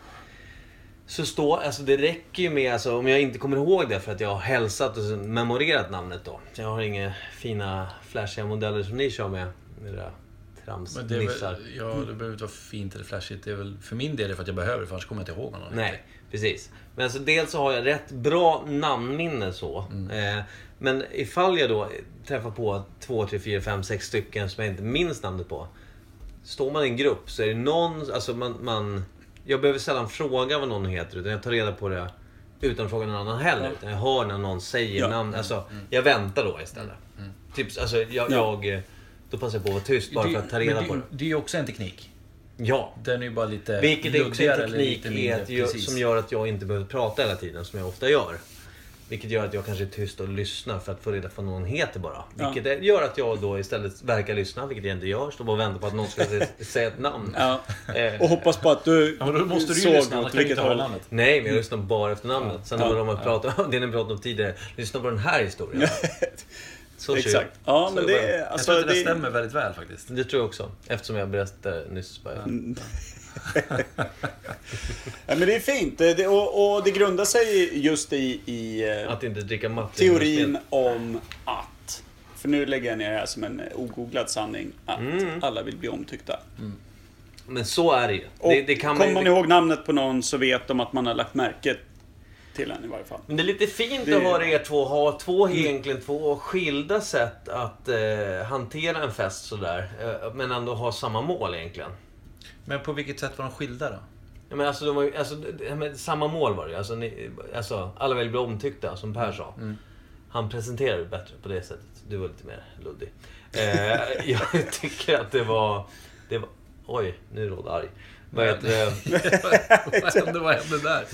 Speaker 2: Så står, alltså det räcker ju med, alltså, om jag inte kommer ihåg det för att jag har hälsat och sen memorerat namnet då. Jag har inga fina flashiga modeller som ni kör med. med Era
Speaker 6: Men det, är
Speaker 2: tramsnissar.
Speaker 6: väl, ja,
Speaker 1: Mm.
Speaker 6: det behöver inte vara fint eller flashigt. Det är väl för min del är det för att jag behöver för annars kommer jag inte ihåg honom.
Speaker 2: Nej, precis. Men alltså, dels så har jag rätt bra namnminne så. Eh, men ifall jag då träffar på två, tre, fyra, fem, sex stycken som jag inte minns namnet på. Står man i en grupp så är det någon, alltså man, man jag behöver sällan fråga vad någon heter utan jag tar reda på det utan att fråga någon annan heller. Utan jag hör när någon säger
Speaker 1: Ja.
Speaker 2: namn. Alltså, jag väntar då istället. Typ, alltså, jag,
Speaker 1: Ja.
Speaker 2: jag, då passar jag på att vara tyst bara för att ta
Speaker 6: men
Speaker 2: reda
Speaker 6: det,
Speaker 2: på det.
Speaker 6: Det är ju också en teknik.
Speaker 2: Ja,
Speaker 6: Den är ju bara lite
Speaker 2: vilket är också en
Speaker 6: luddigare eller
Speaker 2: teknik
Speaker 6: lite mindre,
Speaker 2: är att jag,
Speaker 6: precis.
Speaker 2: som gör att jag inte behöver prata hela tiden, som jag ofta gör. Vilket gör att jag kanske är tyst och lyssnar för att få reda på vad någon heter bara. Vilket är- gör att jag då istället verkar lyssna, vilket jag inte gör. Står bara och väntar på att någon ska se- säga ett namn.
Speaker 1: Ja.
Speaker 2: Eh,
Speaker 1: Och hoppas på att du
Speaker 6: Ja, men då måste du ju
Speaker 1: såg
Speaker 6: lyssna, annars
Speaker 1: åt
Speaker 6: kan du
Speaker 1: vilket
Speaker 6: inte höra
Speaker 1: håll.
Speaker 6: namnet.
Speaker 2: Nej, men jag lyssnar bara efter namnet. Sen när de har pratat om det ni pratade om tidigare. Lyssna på den här historien. Så kör jag.
Speaker 1: Exakt. Ja,
Speaker 2: Så
Speaker 1: men
Speaker 2: är
Speaker 1: det
Speaker 2: bara-
Speaker 1: är...
Speaker 6: Jag
Speaker 1: Alltså,
Speaker 6: tror att det där
Speaker 1: det,
Speaker 6: stämmer väldigt väl faktiskt.
Speaker 2: Det tror jag också. Eftersom jag berättade nyss. Bara.
Speaker 1: Mm. ja, men det är fint. Det, det, och, och det grundar sig just i, i eh,
Speaker 2: Att inte dricka matte.
Speaker 1: teorin om att... För nu lägger jag ner det här som en eh, ogooglad sanning. Att
Speaker 2: Mm.
Speaker 1: alla vill bli omtyckta.
Speaker 2: Men så är det ju.
Speaker 1: Och
Speaker 2: Mm. Det, det kan man
Speaker 1: kommer
Speaker 2: ju-
Speaker 1: man ihåg namnet på någon så vet de att man har lagt märke till en i varje fall.
Speaker 2: Men det är lite fint
Speaker 1: Det-
Speaker 2: att höra er två ha två, egentligen två skilda sätt att eh, hantera en fest sådär. Eh, men ändå ha samma mål egentligen.
Speaker 6: Men på vilket sätt var de skilda då?
Speaker 2: Ja, men alltså, de var, ju- alltså, det- det- men samma mål var det ju. alltså, ni, alltså, Alla vill bli omtyckta, som Per sa.
Speaker 1: Mm.
Speaker 2: Han presenterade det bättre på det sättet. Du var lite mer luddig. Eh, jag tycker att det var... Det var oj, nu är Rod arg. Vad heter det?
Speaker 6: vad hände, vad hände där?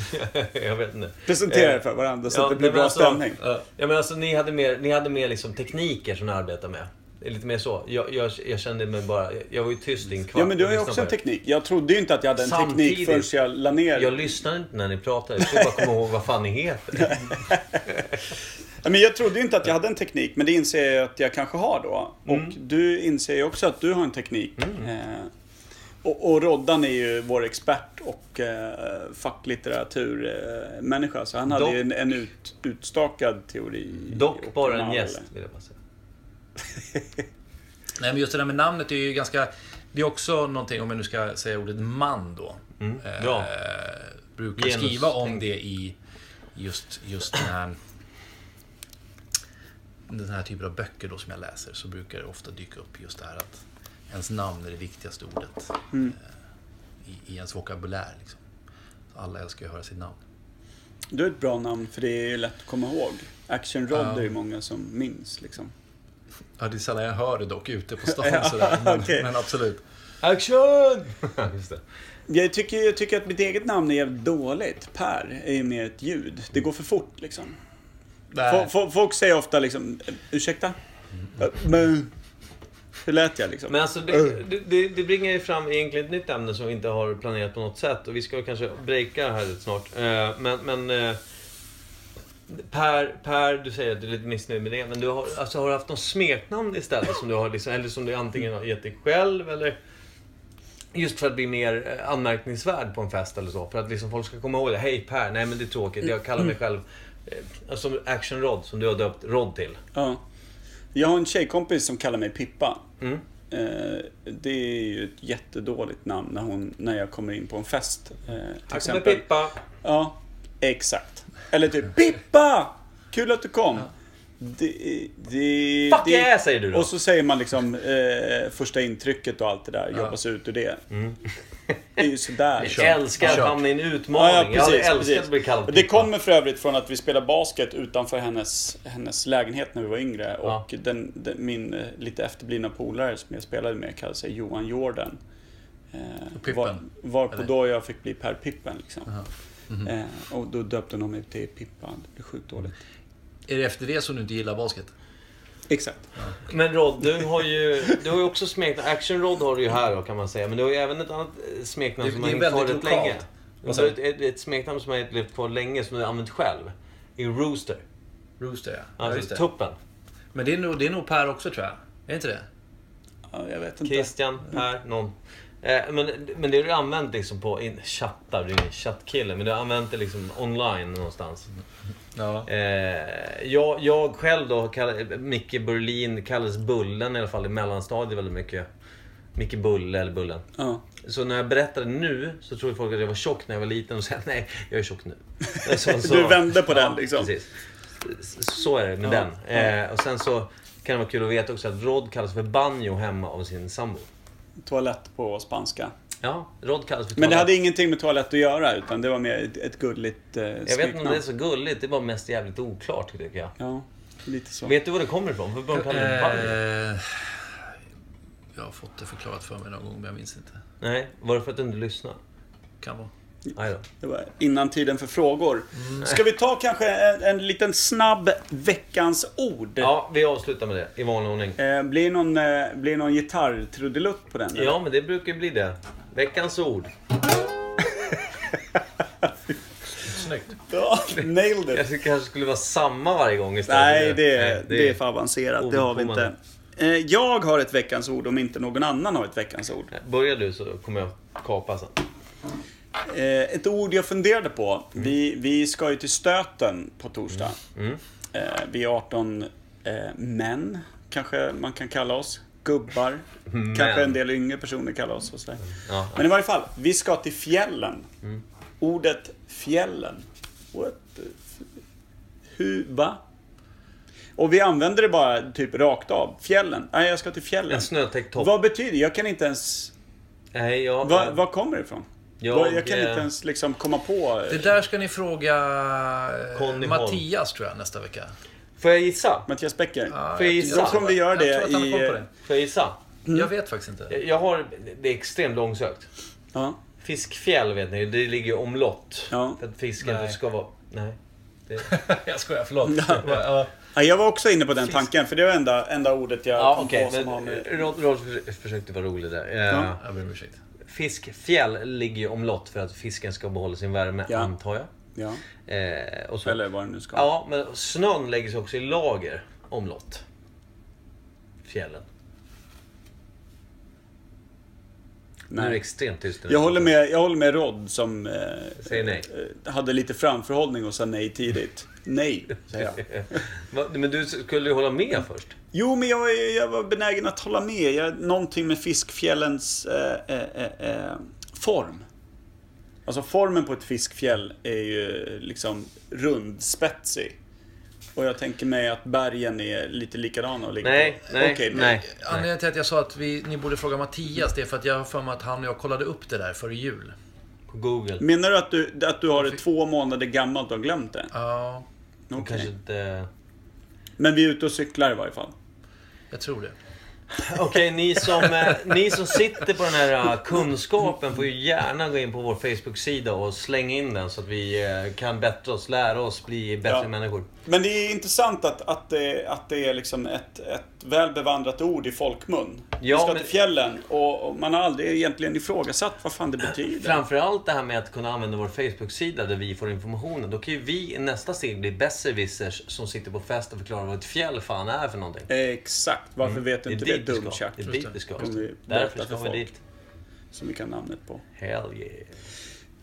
Speaker 2: jag vet inte.
Speaker 1: Presentera
Speaker 2: Eh,
Speaker 1: er för varandra så
Speaker 2: ja,
Speaker 1: att det blir
Speaker 2: nej, men
Speaker 1: bra
Speaker 2: alltså-
Speaker 1: stämning.
Speaker 6: Ja.
Speaker 2: Ja men alltså ni hade mer, ni hade mer liksom tekniker som ni arbetade med. Det är Lite mer så. Jag, jag, jag kände mig bara, jag, jag var ju tyst i en kvart.
Speaker 1: Ja, men du har ju
Speaker 2: Jag
Speaker 1: också en
Speaker 2: lyssnade på
Speaker 1: teknik. Jag trodde ju inte att jag hade en teknik
Speaker 2: Samtidigt-
Speaker 1: förrän jag la ner.
Speaker 2: er. Jag lyssnade inte när ni pratade, jag skulle bara komma ihåg vad fan ni heter.
Speaker 1: Ja, men jag trodde ju inte att jag hade en teknik, men det inser jag att jag kanske har då.
Speaker 2: Mm.
Speaker 1: Och du inser ju också att du har en teknik. Eh, och, och Roddan är ju vår expert och eh, facklitteraturmänniska, eh, människa, så han hade
Speaker 2: Dock-
Speaker 1: ju en, en ut, utstakad teori.
Speaker 2: Dock
Speaker 1: och
Speaker 2: bara en
Speaker 1: mall.
Speaker 2: gäst, vill jag bara säga.
Speaker 6: Nej, men just det där med namnet är ju ganska... Det är också någonting, om jag nu ska säga ordet man då. eh,
Speaker 2: bra.
Speaker 6: brukar
Speaker 2: Genus-
Speaker 6: skriva om det i just, just den här... Den här typen av böcker då som jag läser så brukar det ofta dyka upp just det här att ens namn är det viktigaste ordet eh, i, i ens vokabulär. Liksom. Så alla älskar ju att höra sitt namn.
Speaker 1: Du är ett bra namn, för det är ju lätt att komma ihåg. Action Rod är ju många som minns liksom.
Speaker 6: Ja, det är sällan jag hör det dock ute på stan sådär. Men,
Speaker 1: okej.
Speaker 6: men absolut.
Speaker 2: Action! Just det.
Speaker 1: Jag tycker, jag tycker att mitt eget namn är jävligt dåligt. Per är ju mer ett ljud. Det går för fort liksom.
Speaker 6: Nej.
Speaker 1: Fo- fo- Folk säger ofta liksom, ursäkta? Men... Hur lät jag liksom?
Speaker 2: Men alltså, det, det, det bringar ju fram egentligen ett nytt ämne som vi inte har planerat på något sätt. Och vi ska kanske breaka här lite snart. Eh, Men, men eh, per, per, du säger att du är lite missnöjd med det. Men du har, alltså, har du haft något smeknamn istället? Som du har liksom, eller som du antingen har gett dig själv eller... Just för att bli mer eh, anmärkningsvärd på en fest eller så. För att liksom folk ska komma ihåg det. Hej Per, nej men det är tråkigt. Jag kallar mig själv... eh, Som Action Rod, som du har döpt Rod till.
Speaker 1: Ja. Jag har en tjejkompis som kallar mig Pippa.
Speaker 2: Mm.
Speaker 1: Eh, det är ju ett jättedåligt namn när, hon, när jag kommer in på en fest. Eh, till
Speaker 2: Här kommer
Speaker 1: exempel.
Speaker 2: Pippa.
Speaker 1: Ja, exakt. Eller typ Pippa! Kul att du kom. Det, det,
Speaker 2: Fuck
Speaker 1: det,
Speaker 2: yeah, säger du då.
Speaker 1: Och så säger man liksom eh, första intrycket och allt det där. Jobba sig ut ur det.
Speaker 2: Mm.
Speaker 1: Det är ju sådär.
Speaker 2: Jag älskar att hamna i en utmaning.
Speaker 1: Ja, ja,
Speaker 2: jag hade
Speaker 1: precis,
Speaker 2: älskat
Speaker 1: precis.
Speaker 2: att bli kallad
Speaker 1: Det
Speaker 2: Pippa.
Speaker 1: kommer för övrigt från att vi spelade basket utanför hennes, hennes lägenhet när vi var yngre. Och den, den, min eh, lite efterblivna polare som jag spelade med kallade sig Johan Jordan. Eh,
Speaker 6: Pippen,
Speaker 1: Var, varpå
Speaker 6: eller? Mhm.
Speaker 1: då jag fick bli Per Pippen. Liksom. Eh, och då döpte de mig till Pippa. Det blev sjukt
Speaker 6: Mm.
Speaker 1: dåligt.
Speaker 6: Är det efter det som du inte gillar basket?
Speaker 1: Exakt.
Speaker 2: Men Rod, du har ju, du har ju också smeknamn. Action Rod har du ju här då kan man säga. Men du har ju även ett annat eh, smeknamn
Speaker 6: Det-
Speaker 2: som
Speaker 6: det
Speaker 2: har
Speaker 6: är
Speaker 2: hängt kvar
Speaker 6: väldigt
Speaker 2: rätt
Speaker 6: lokalt.
Speaker 2: länge.
Speaker 6: Vad
Speaker 2: Du
Speaker 6: sa
Speaker 2: har
Speaker 6: du?
Speaker 2: ett, ett, ett smeknamn som har levt kvar länge som du har använt själv. I Rooster.
Speaker 6: Rooster, ja. ja just
Speaker 2: Alltså
Speaker 6: det.
Speaker 2: tuppen.
Speaker 6: Men det är, nog, det är nog Per också, tror jag. Är inte det?
Speaker 1: Ja, jag vet inte.
Speaker 2: Christian, Per, någon. Eh, Men, men det har du använt liksom på in, chattar, du är ingen chattkille, men du har använt det liksom online någonstans.
Speaker 6: Ja.
Speaker 2: Eh, jag, jag själv då, kall, Micke Berlin, kallas Bullen i alla fall i mellanstadiet väldigt mycket. Micke Bulle eller Bullen.
Speaker 1: Ja.
Speaker 2: Så när jag berättar det nu så tror folk att jag var tjock när jag var liten och säger nej, jag är tjock nu. Så, så.
Speaker 1: Du vände på den, liksom.
Speaker 2: Precis. S- Så är det med den. Eh, och sen så kan det vara kul att veta också att Rod kallas för banjo hemma av sin sambo.
Speaker 1: Toalett på spanska.
Speaker 2: Ja, Rod kallas för
Speaker 1: Men det
Speaker 2: toalett.
Speaker 1: hade ingenting med toalett att göra, utan det var mer ett, ett gulligt eh,
Speaker 2: Jag vet inte om
Speaker 1: smeknamn.
Speaker 2: det är så gulligt, det är bara mest jävligt oklart tycker jag.
Speaker 1: Ja, lite så.
Speaker 2: Vet du var det kommer ifrån? Varför började de kalla det banjo?
Speaker 6: Eh, jag har fått det förklarat för mig någon gång, men jag minns inte.
Speaker 2: Nej, var det för att du inte lyssnade?
Speaker 6: Kan vara.
Speaker 2: Aj då.
Speaker 1: Det var innan tiden för frågor.
Speaker 2: Mm.
Speaker 1: Ska vi ta kanske en, en liten snabb veckans ord?
Speaker 2: Ja, vi avslutar med det i vanlig ordning.
Speaker 1: Eh, blir det någon, eh, blir det någon gitarrtrudelutt på den? eller?
Speaker 2: Ja, men det brukar ju bli det. Veckans ord.
Speaker 1: ja nailed
Speaker 2: Jag
Speaker 1: it.
Speaker 2: tycker kanske skulle vara samma varje gång istället.
Speaker 1: Nej, det,
Speaker 2: Nej,
Speaker 1: är- det är för avancerat. Det har vi inte.
Speaker 2: ovidkommande.
Speaker 1: Eh, jag har ett veckans ord om inte någon annan har ett veckans ord.
Speaker 2: Börjar du så kommer jag kapa sen.
Speaker 1: Eh, ett ord jag funderade på. Vi, vi ska ju till Stöten på torsdag.
Speaker 2: Mm.
Speaker 1: Eh, vi är 18 eh, män, kanske man kan kalla oss. Gubbar. Kanske en del yngre personer kallar oss. Och sådär.
Speaker 2: Ja. Mm.
Speaker 1: Men i varje fall, vi ska till fjällen. Ordet fjällen. What the f- Hur, va? Och vi använder det bara typ rakt av. Fjällen. Nej, jag ska till fjällen.
Speaker 2: En snötäckt topp.
Speaker 1: Vad betyder det? Jag kan inte ens...
Speaker 2: Nej, jag...
Speaker 1: Var, var kommer det ifrån?
Speaker 2: Jag,
Speaker 1: Vad- jag kan
Speaker 2: eh,
Speaker 1: inte ens liksom komma på...
Speaker 6: Det där ska ni fråga eh,
Speaker 2: Conny Holm.
Speaker 6: Mattias, tror jag, nästa vecka.
Speaker 2: Får jag gissa?
Speaker 1: Mattias Becker.
Speaker 6: Ja,
Speaker 2: Får
Speaker 6: jag
Speaker 2: jag
Speaker 6: tror-
Speaker 2: gissa?
Speaker 1: Då kommer vi göra
Speaker 6: jag tror
Speaker 1: det
Speaker 6: att han har
Speaker 1: i...
Speaker 6: koll på det. eh, Mm.
Speaker 2: Får jag gissa?
Speaker 6: Jag vet faktiskt inte.
Speaker 2: Jag har... Det är extremt långsökt.
Speaker 1: Ja.
Speaker 2: Fiskfjäll vet ni, det ligger ju omlott.
Speaker 1: Ja.
Speaker 2: För att fisken
Speaker 6: Nej.
Speaker 2: ska vara... Nej.
Speaker 6: jag skojar, förlåt. Ja.
Speaker 1: Ja, jag var också inne på den tanken, för det var enda, enda ordet jag
Speaker 2: Ja,
Speaker 1: kom
Speaker 2: okej.
Speaker 1: på som har
Speaker 2: men
Speaker 1: med...
Speaker 2: Rod, Rod försökte vara rolig där. Eh,
Speaker 1: Ja.
Speaker 6: Jag ber om ursäkt.
Speaker 2: Fiskfjäll ligger ju omlott för att fisken ska behålla sin värme,
Speaker 1: Ja.
Speaker 2: antar jag.
Speaker 1: Ja.
Speaker 2: Eh, och så.
Speaker 1: Eller vad det nu ska.
Speaker 2: Ja, men snön lägger sig också i lager omlott. Fjällen. Nu är det
Speaker 1: Nej.
Speaker 2: extremt tyst. i den
Speaker 1: Jag
Speaker 2: här
Speaker 1: håller
Speaker 2: podden.
Speaker 1: med, jag håller med Rod som... Eh,
Speaker 2: Säger nej.
Speaker 1: eh, Hade lite framförhållning och sa nej tidigt. Nej, säger jag.
Speaker 2: Va, Men du skulle ju hålla med först.
Speaker 1: Jo, men jag, är- jag var benägen att hålla med. Jag, någonting med fiskfjällens eh, eh, eh, eh, form. Alltså formen på ett fiskfjäll är ju liksom rundspetsig. Och jag tänker mig att bergen är lite likadana och ligger
Speaker 2: Nej,
Speaker 1: på...
Speaker 2: nej,
Speaker 1: Okej,
Speaker 2: nej.
Speaker 6: Anledningen till att jag sa att vi, ni borde fråga Mattias, det är för att jag har för mig att han och jag kollade upp det där före jul.
Speaker 2: På Google.
Speaker 1: Menar du att du, att du har det två månader gammalt och har glömt det?
Speaker 6: Ja,
Speaker 1: Okej.
Speaker 2: Kanske inte...
Speaker 1: Men vi är ute och cyklar i varje fall.
Speaker 6: jag tror det.
Speaker 2: Okej, ni, som, eh, ni som sitter på den här eh, kunskapen får ju gärna gå in på vår Facebook-sida och slänga in den så att vi eh, kan bättre oss, lära oss, bli bättre
Speaker 1: Ja.
Speaker 2: människor.
Speaker 1: Men det är intressant att, att, det, att det är liksom ett, ett väl bevandrat ord i folkmun.
Speaker 2: Ja,
Speaker 1: vi ska
Speaker 2: men-
Speaker 1: till fjällen och, och man har aldrig egentligen ifrågasatt vad fan det betyder.
Speaker 2: Framförallt det här med att kunna använda vår Facebook-sida där vi får informationen. Då kan ju vi i nästa steg bli besserwissers som sitter på fest och förklarar vad ett fjäll fan är för någonting.
Speaker 1: Exakt, varför vet
Speaker 2: Mm. Det är
Speaker 1: inte det,
Speaker 2: dit vi ska.
Speaker 1: dumchack?
Speaker 2: Det är dit vi ska.
Speaker 1: Om vi
Speaker 2: Därför
Speaker 1: berättar för
Speaker 2: ska vi
Speaker 1: folk.
Speaker 2: dit.
Speaker 1: Som vi kan namnet på.
Speaker 2: Hell yeah.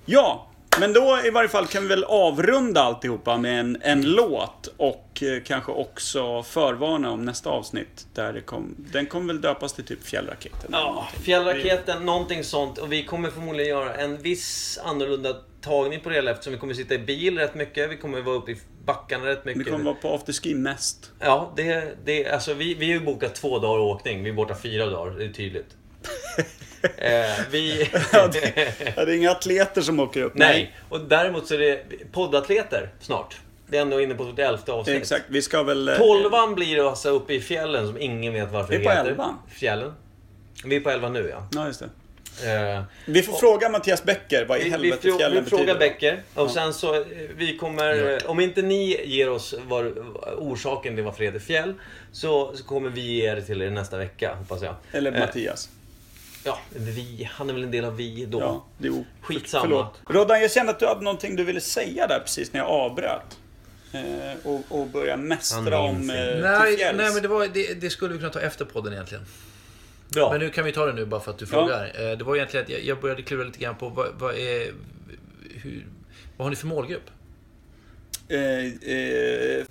Speaker 1: Ja, men då i varje fall kan vi väl avrunda alltihopa med en, en låt och eh, kanske också förvarna om nästa avsnitt. Där det kom, den kommer väl döpas till typ Fjällraketen.
Speaker 2: Ja, fjällraketen, någonting sånt. Och vi kommer förmodligen göra en viss annorlunda tagning på det hela eftersom vi kommer sitta i bil rätt mycket. Vi kommer vara uppe i backarna rätt
Speaker 1: Vi
Speaker 2: mycket.
Speaker 1: kommer vara på afterski mest.
Speaker 2: Ja, det, det, alltså vi, vi har ju bokat två dagar åkning. Vi är borta fyra dagar, det är tydligt. eh, vi...
Speaker 1: Ja, det är inga atleter som åker upp.
Speaker 2: Nej, och däremot så är det poddatleter snart. Det är ändå inne på sitt elfte avsnitt.
Speaker 1: Exakt, vi ska väl... eh,
Speaker 2: Tolvan blir det alltså uppe i fjällen som ingen vet varför
Speaker 1: Vi är
Speaker 2: det
Speaker 1: på
Speaker 2: heter.
Speaker 1: elvan.
Speaker 2: Fjällen. Vi är på elvan nu ja.
Speaker 1: Ja, just det.
Speaker 2: Eh,
Speaker 1: Vi får fråga Mattias Bäcker vad i
Speaker 2: Vi, vi,
Speaker 1: helvete
Speaker 2: frå- vi
Speaker 1: fjällen
Speaker 2: frågar
Speaker 1: betyder.
Speaker 2: Becker och sen så eh, vi kommer, eh, om inte ni ger oss var, orsaken till varför det heter fjäll så, så kommer vi ge det till er nästa vecka hoppas jag.
Speaker 1: Eller
Speaker 2: Eh,
Speaker 1: Mattias.
Speaker 2: Ja, vi, han är väl en del av vi då.
Speaker 1: Ja, det är o-
Speaker 2: Skitsamma.
Speaker 1: Förlåt. Roddan, jag kände att du hade någonting du ville säga där precis när jag avbröt. Eh, och, och börja mästra
Speaker 2: Han
Speaker 1: om eh,
Speaker 2: minns inte.
Speaker 1: till
Speaker 6: Nej,
Speaker 1: fjälls.
Speaker 6: nej men det, var, det, det skulle vi kunna ta efter podden egentligen.
Speaker 2: Bra.
Speaker 6: Men nu kan vi ta det nu bara för att du frågar. Eh, Det var egentligen att jag, jag började klura lite grann på vad, vad är... Hur, vad har ni för målgrupp?
Speaker 1: Eh, eh,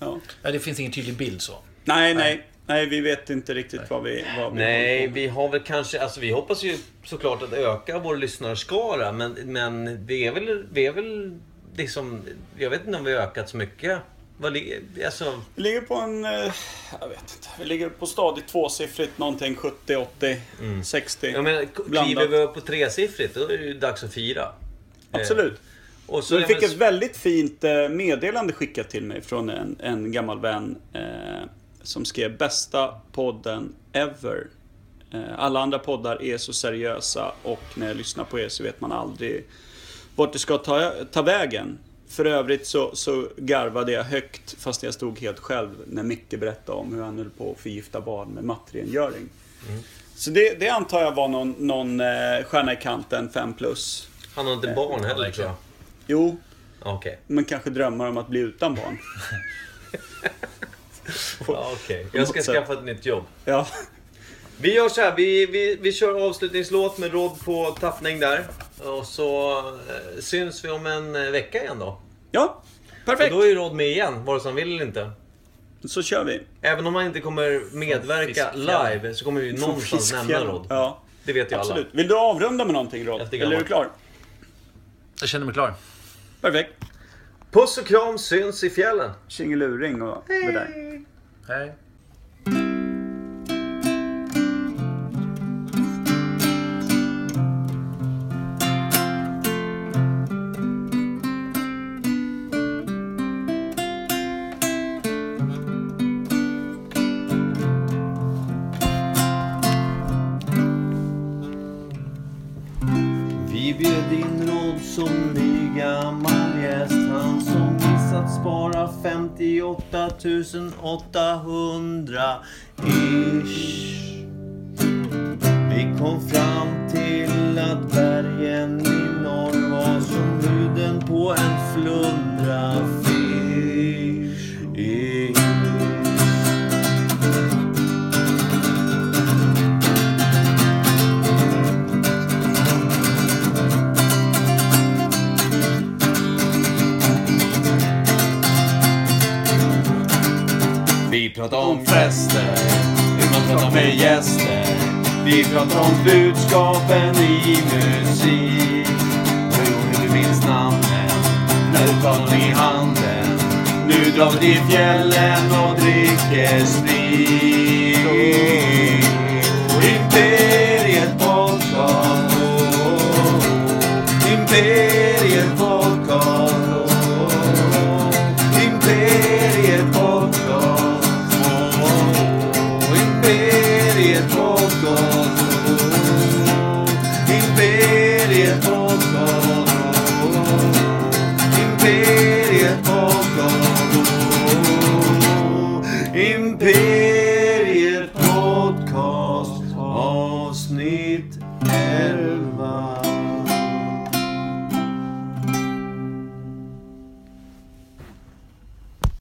Speaker 1: ja.
Speaker 6: Ja, det finns ingen tydlig bild så.
Speaker 1: Nej, nej. Nej, vi vet inte riktigt vad vi... Vad vi
Speaker 2: Nej, vi har väl kanske, alltså vi hoppas ju såklart att öka vår lyssnarskara men, men det är väl, vi är väl liksom, jag vet inte om vi har ökat så mycket. Vad li- Alltså,
Speaker 1: Vi ligger på en... eh, Jag vet inte. Vi ligger på stadigt tvåsiffrigt någonting. 70, 80,
Speaker 2: Mm.
Speaker 1: 60.
Speaker 2: jag menar, k- kliver
Speaker 1: Blandat.
Speaker 2: vi upp på tresiffrigt då är det ju dags att fira. eh,
Speaker 1: Absolut.
Speaker 2: Och så
Speaker 1: Så
Speaker 2: är
Speaker 1: jag fick
Speaker 2: väl-
Speaker 1: ett väldigt fint eh, meddelande skickat till mig från en, en gammal vän eh, som skrev “Bästa podden ever”. Eh, alla andra poddar är så seriösa och när jag lyssnar på er så vet man aldrig vart det ska ta, ta vägen. För övrigt så, så garvade jag högt fast jag stod helt själv när Micke berättade om hur han höll på att förgifta barn med mattrengöring. Så det, det antar jag var någon, någon eh, stjärna i kanten, 5 plus.
Speaker 2: Han har inte barn heller tror jag.
Speaker 1: Jo,
Speaker 2: Okej.
Speaker 1: men kanske drömmar om att bli utan barn.
Speaker 2: Ja, okej. Jag ska
Speaker 1: något sätt.
Speaker 2: skaffa ett nytt jobb.
Speaker 1: Ja,
Speaker 2: Vi gör så här, vi, vi, vi kör avslutningslåt med Rod på tappning där. Och så eh, syns vi om en eh, vecka igen då.
Speaker 1: ja
Speaker 2: Och
Speaker 1: perfekt.
Speaker 2: då är ju Rod med igen, vare sig han vill eller inte.
Speaker 1: Så kör vi.
Speaker 2: Även om han inte kommer medverka
Speaker 6: Fiskfjällen.
Speaker 2: live så kommer vi ju
Speaker 1: Från
Speaker 2: någonstans nämna
Speaker 1: Fiskfjällen.
Speaker 2: Rod.
Speaker 1: Ja,
Speaker 2: Det vet ju alla.
Speaker 1: absolut. Vill du avrunda med någonting
Speaker 2: Jag
Speaker 1: Rod?
Speaker 2: tycker
Speaker 1: Eller är
Speaker 2: jag
Speaker 1: du klar?
Speaker 6: Jag känner mig klar.
Speaker 1: Perfekt.
Speaker 2: Puss och kram, syns i fjällen.
Speaker 1: Tjingeluring och det där.
Speaker 6: Hej.
Speaker 2: Vi bjöd in Rod som ny gammal gäst. Han som missat spara 58 800 ish. Vi kom fram till att bergen i norr var som huden på en flundra fish. Vi pratar om fester, vi pratar med gäster. Vi pratar om budskapen i musik. Och hur du minns namnen, när du tar någon i handen. Nu drar vi till fjällen och dricker sprit. Imperiet Podcast. oh, oh, oh. Imperiet Podcast.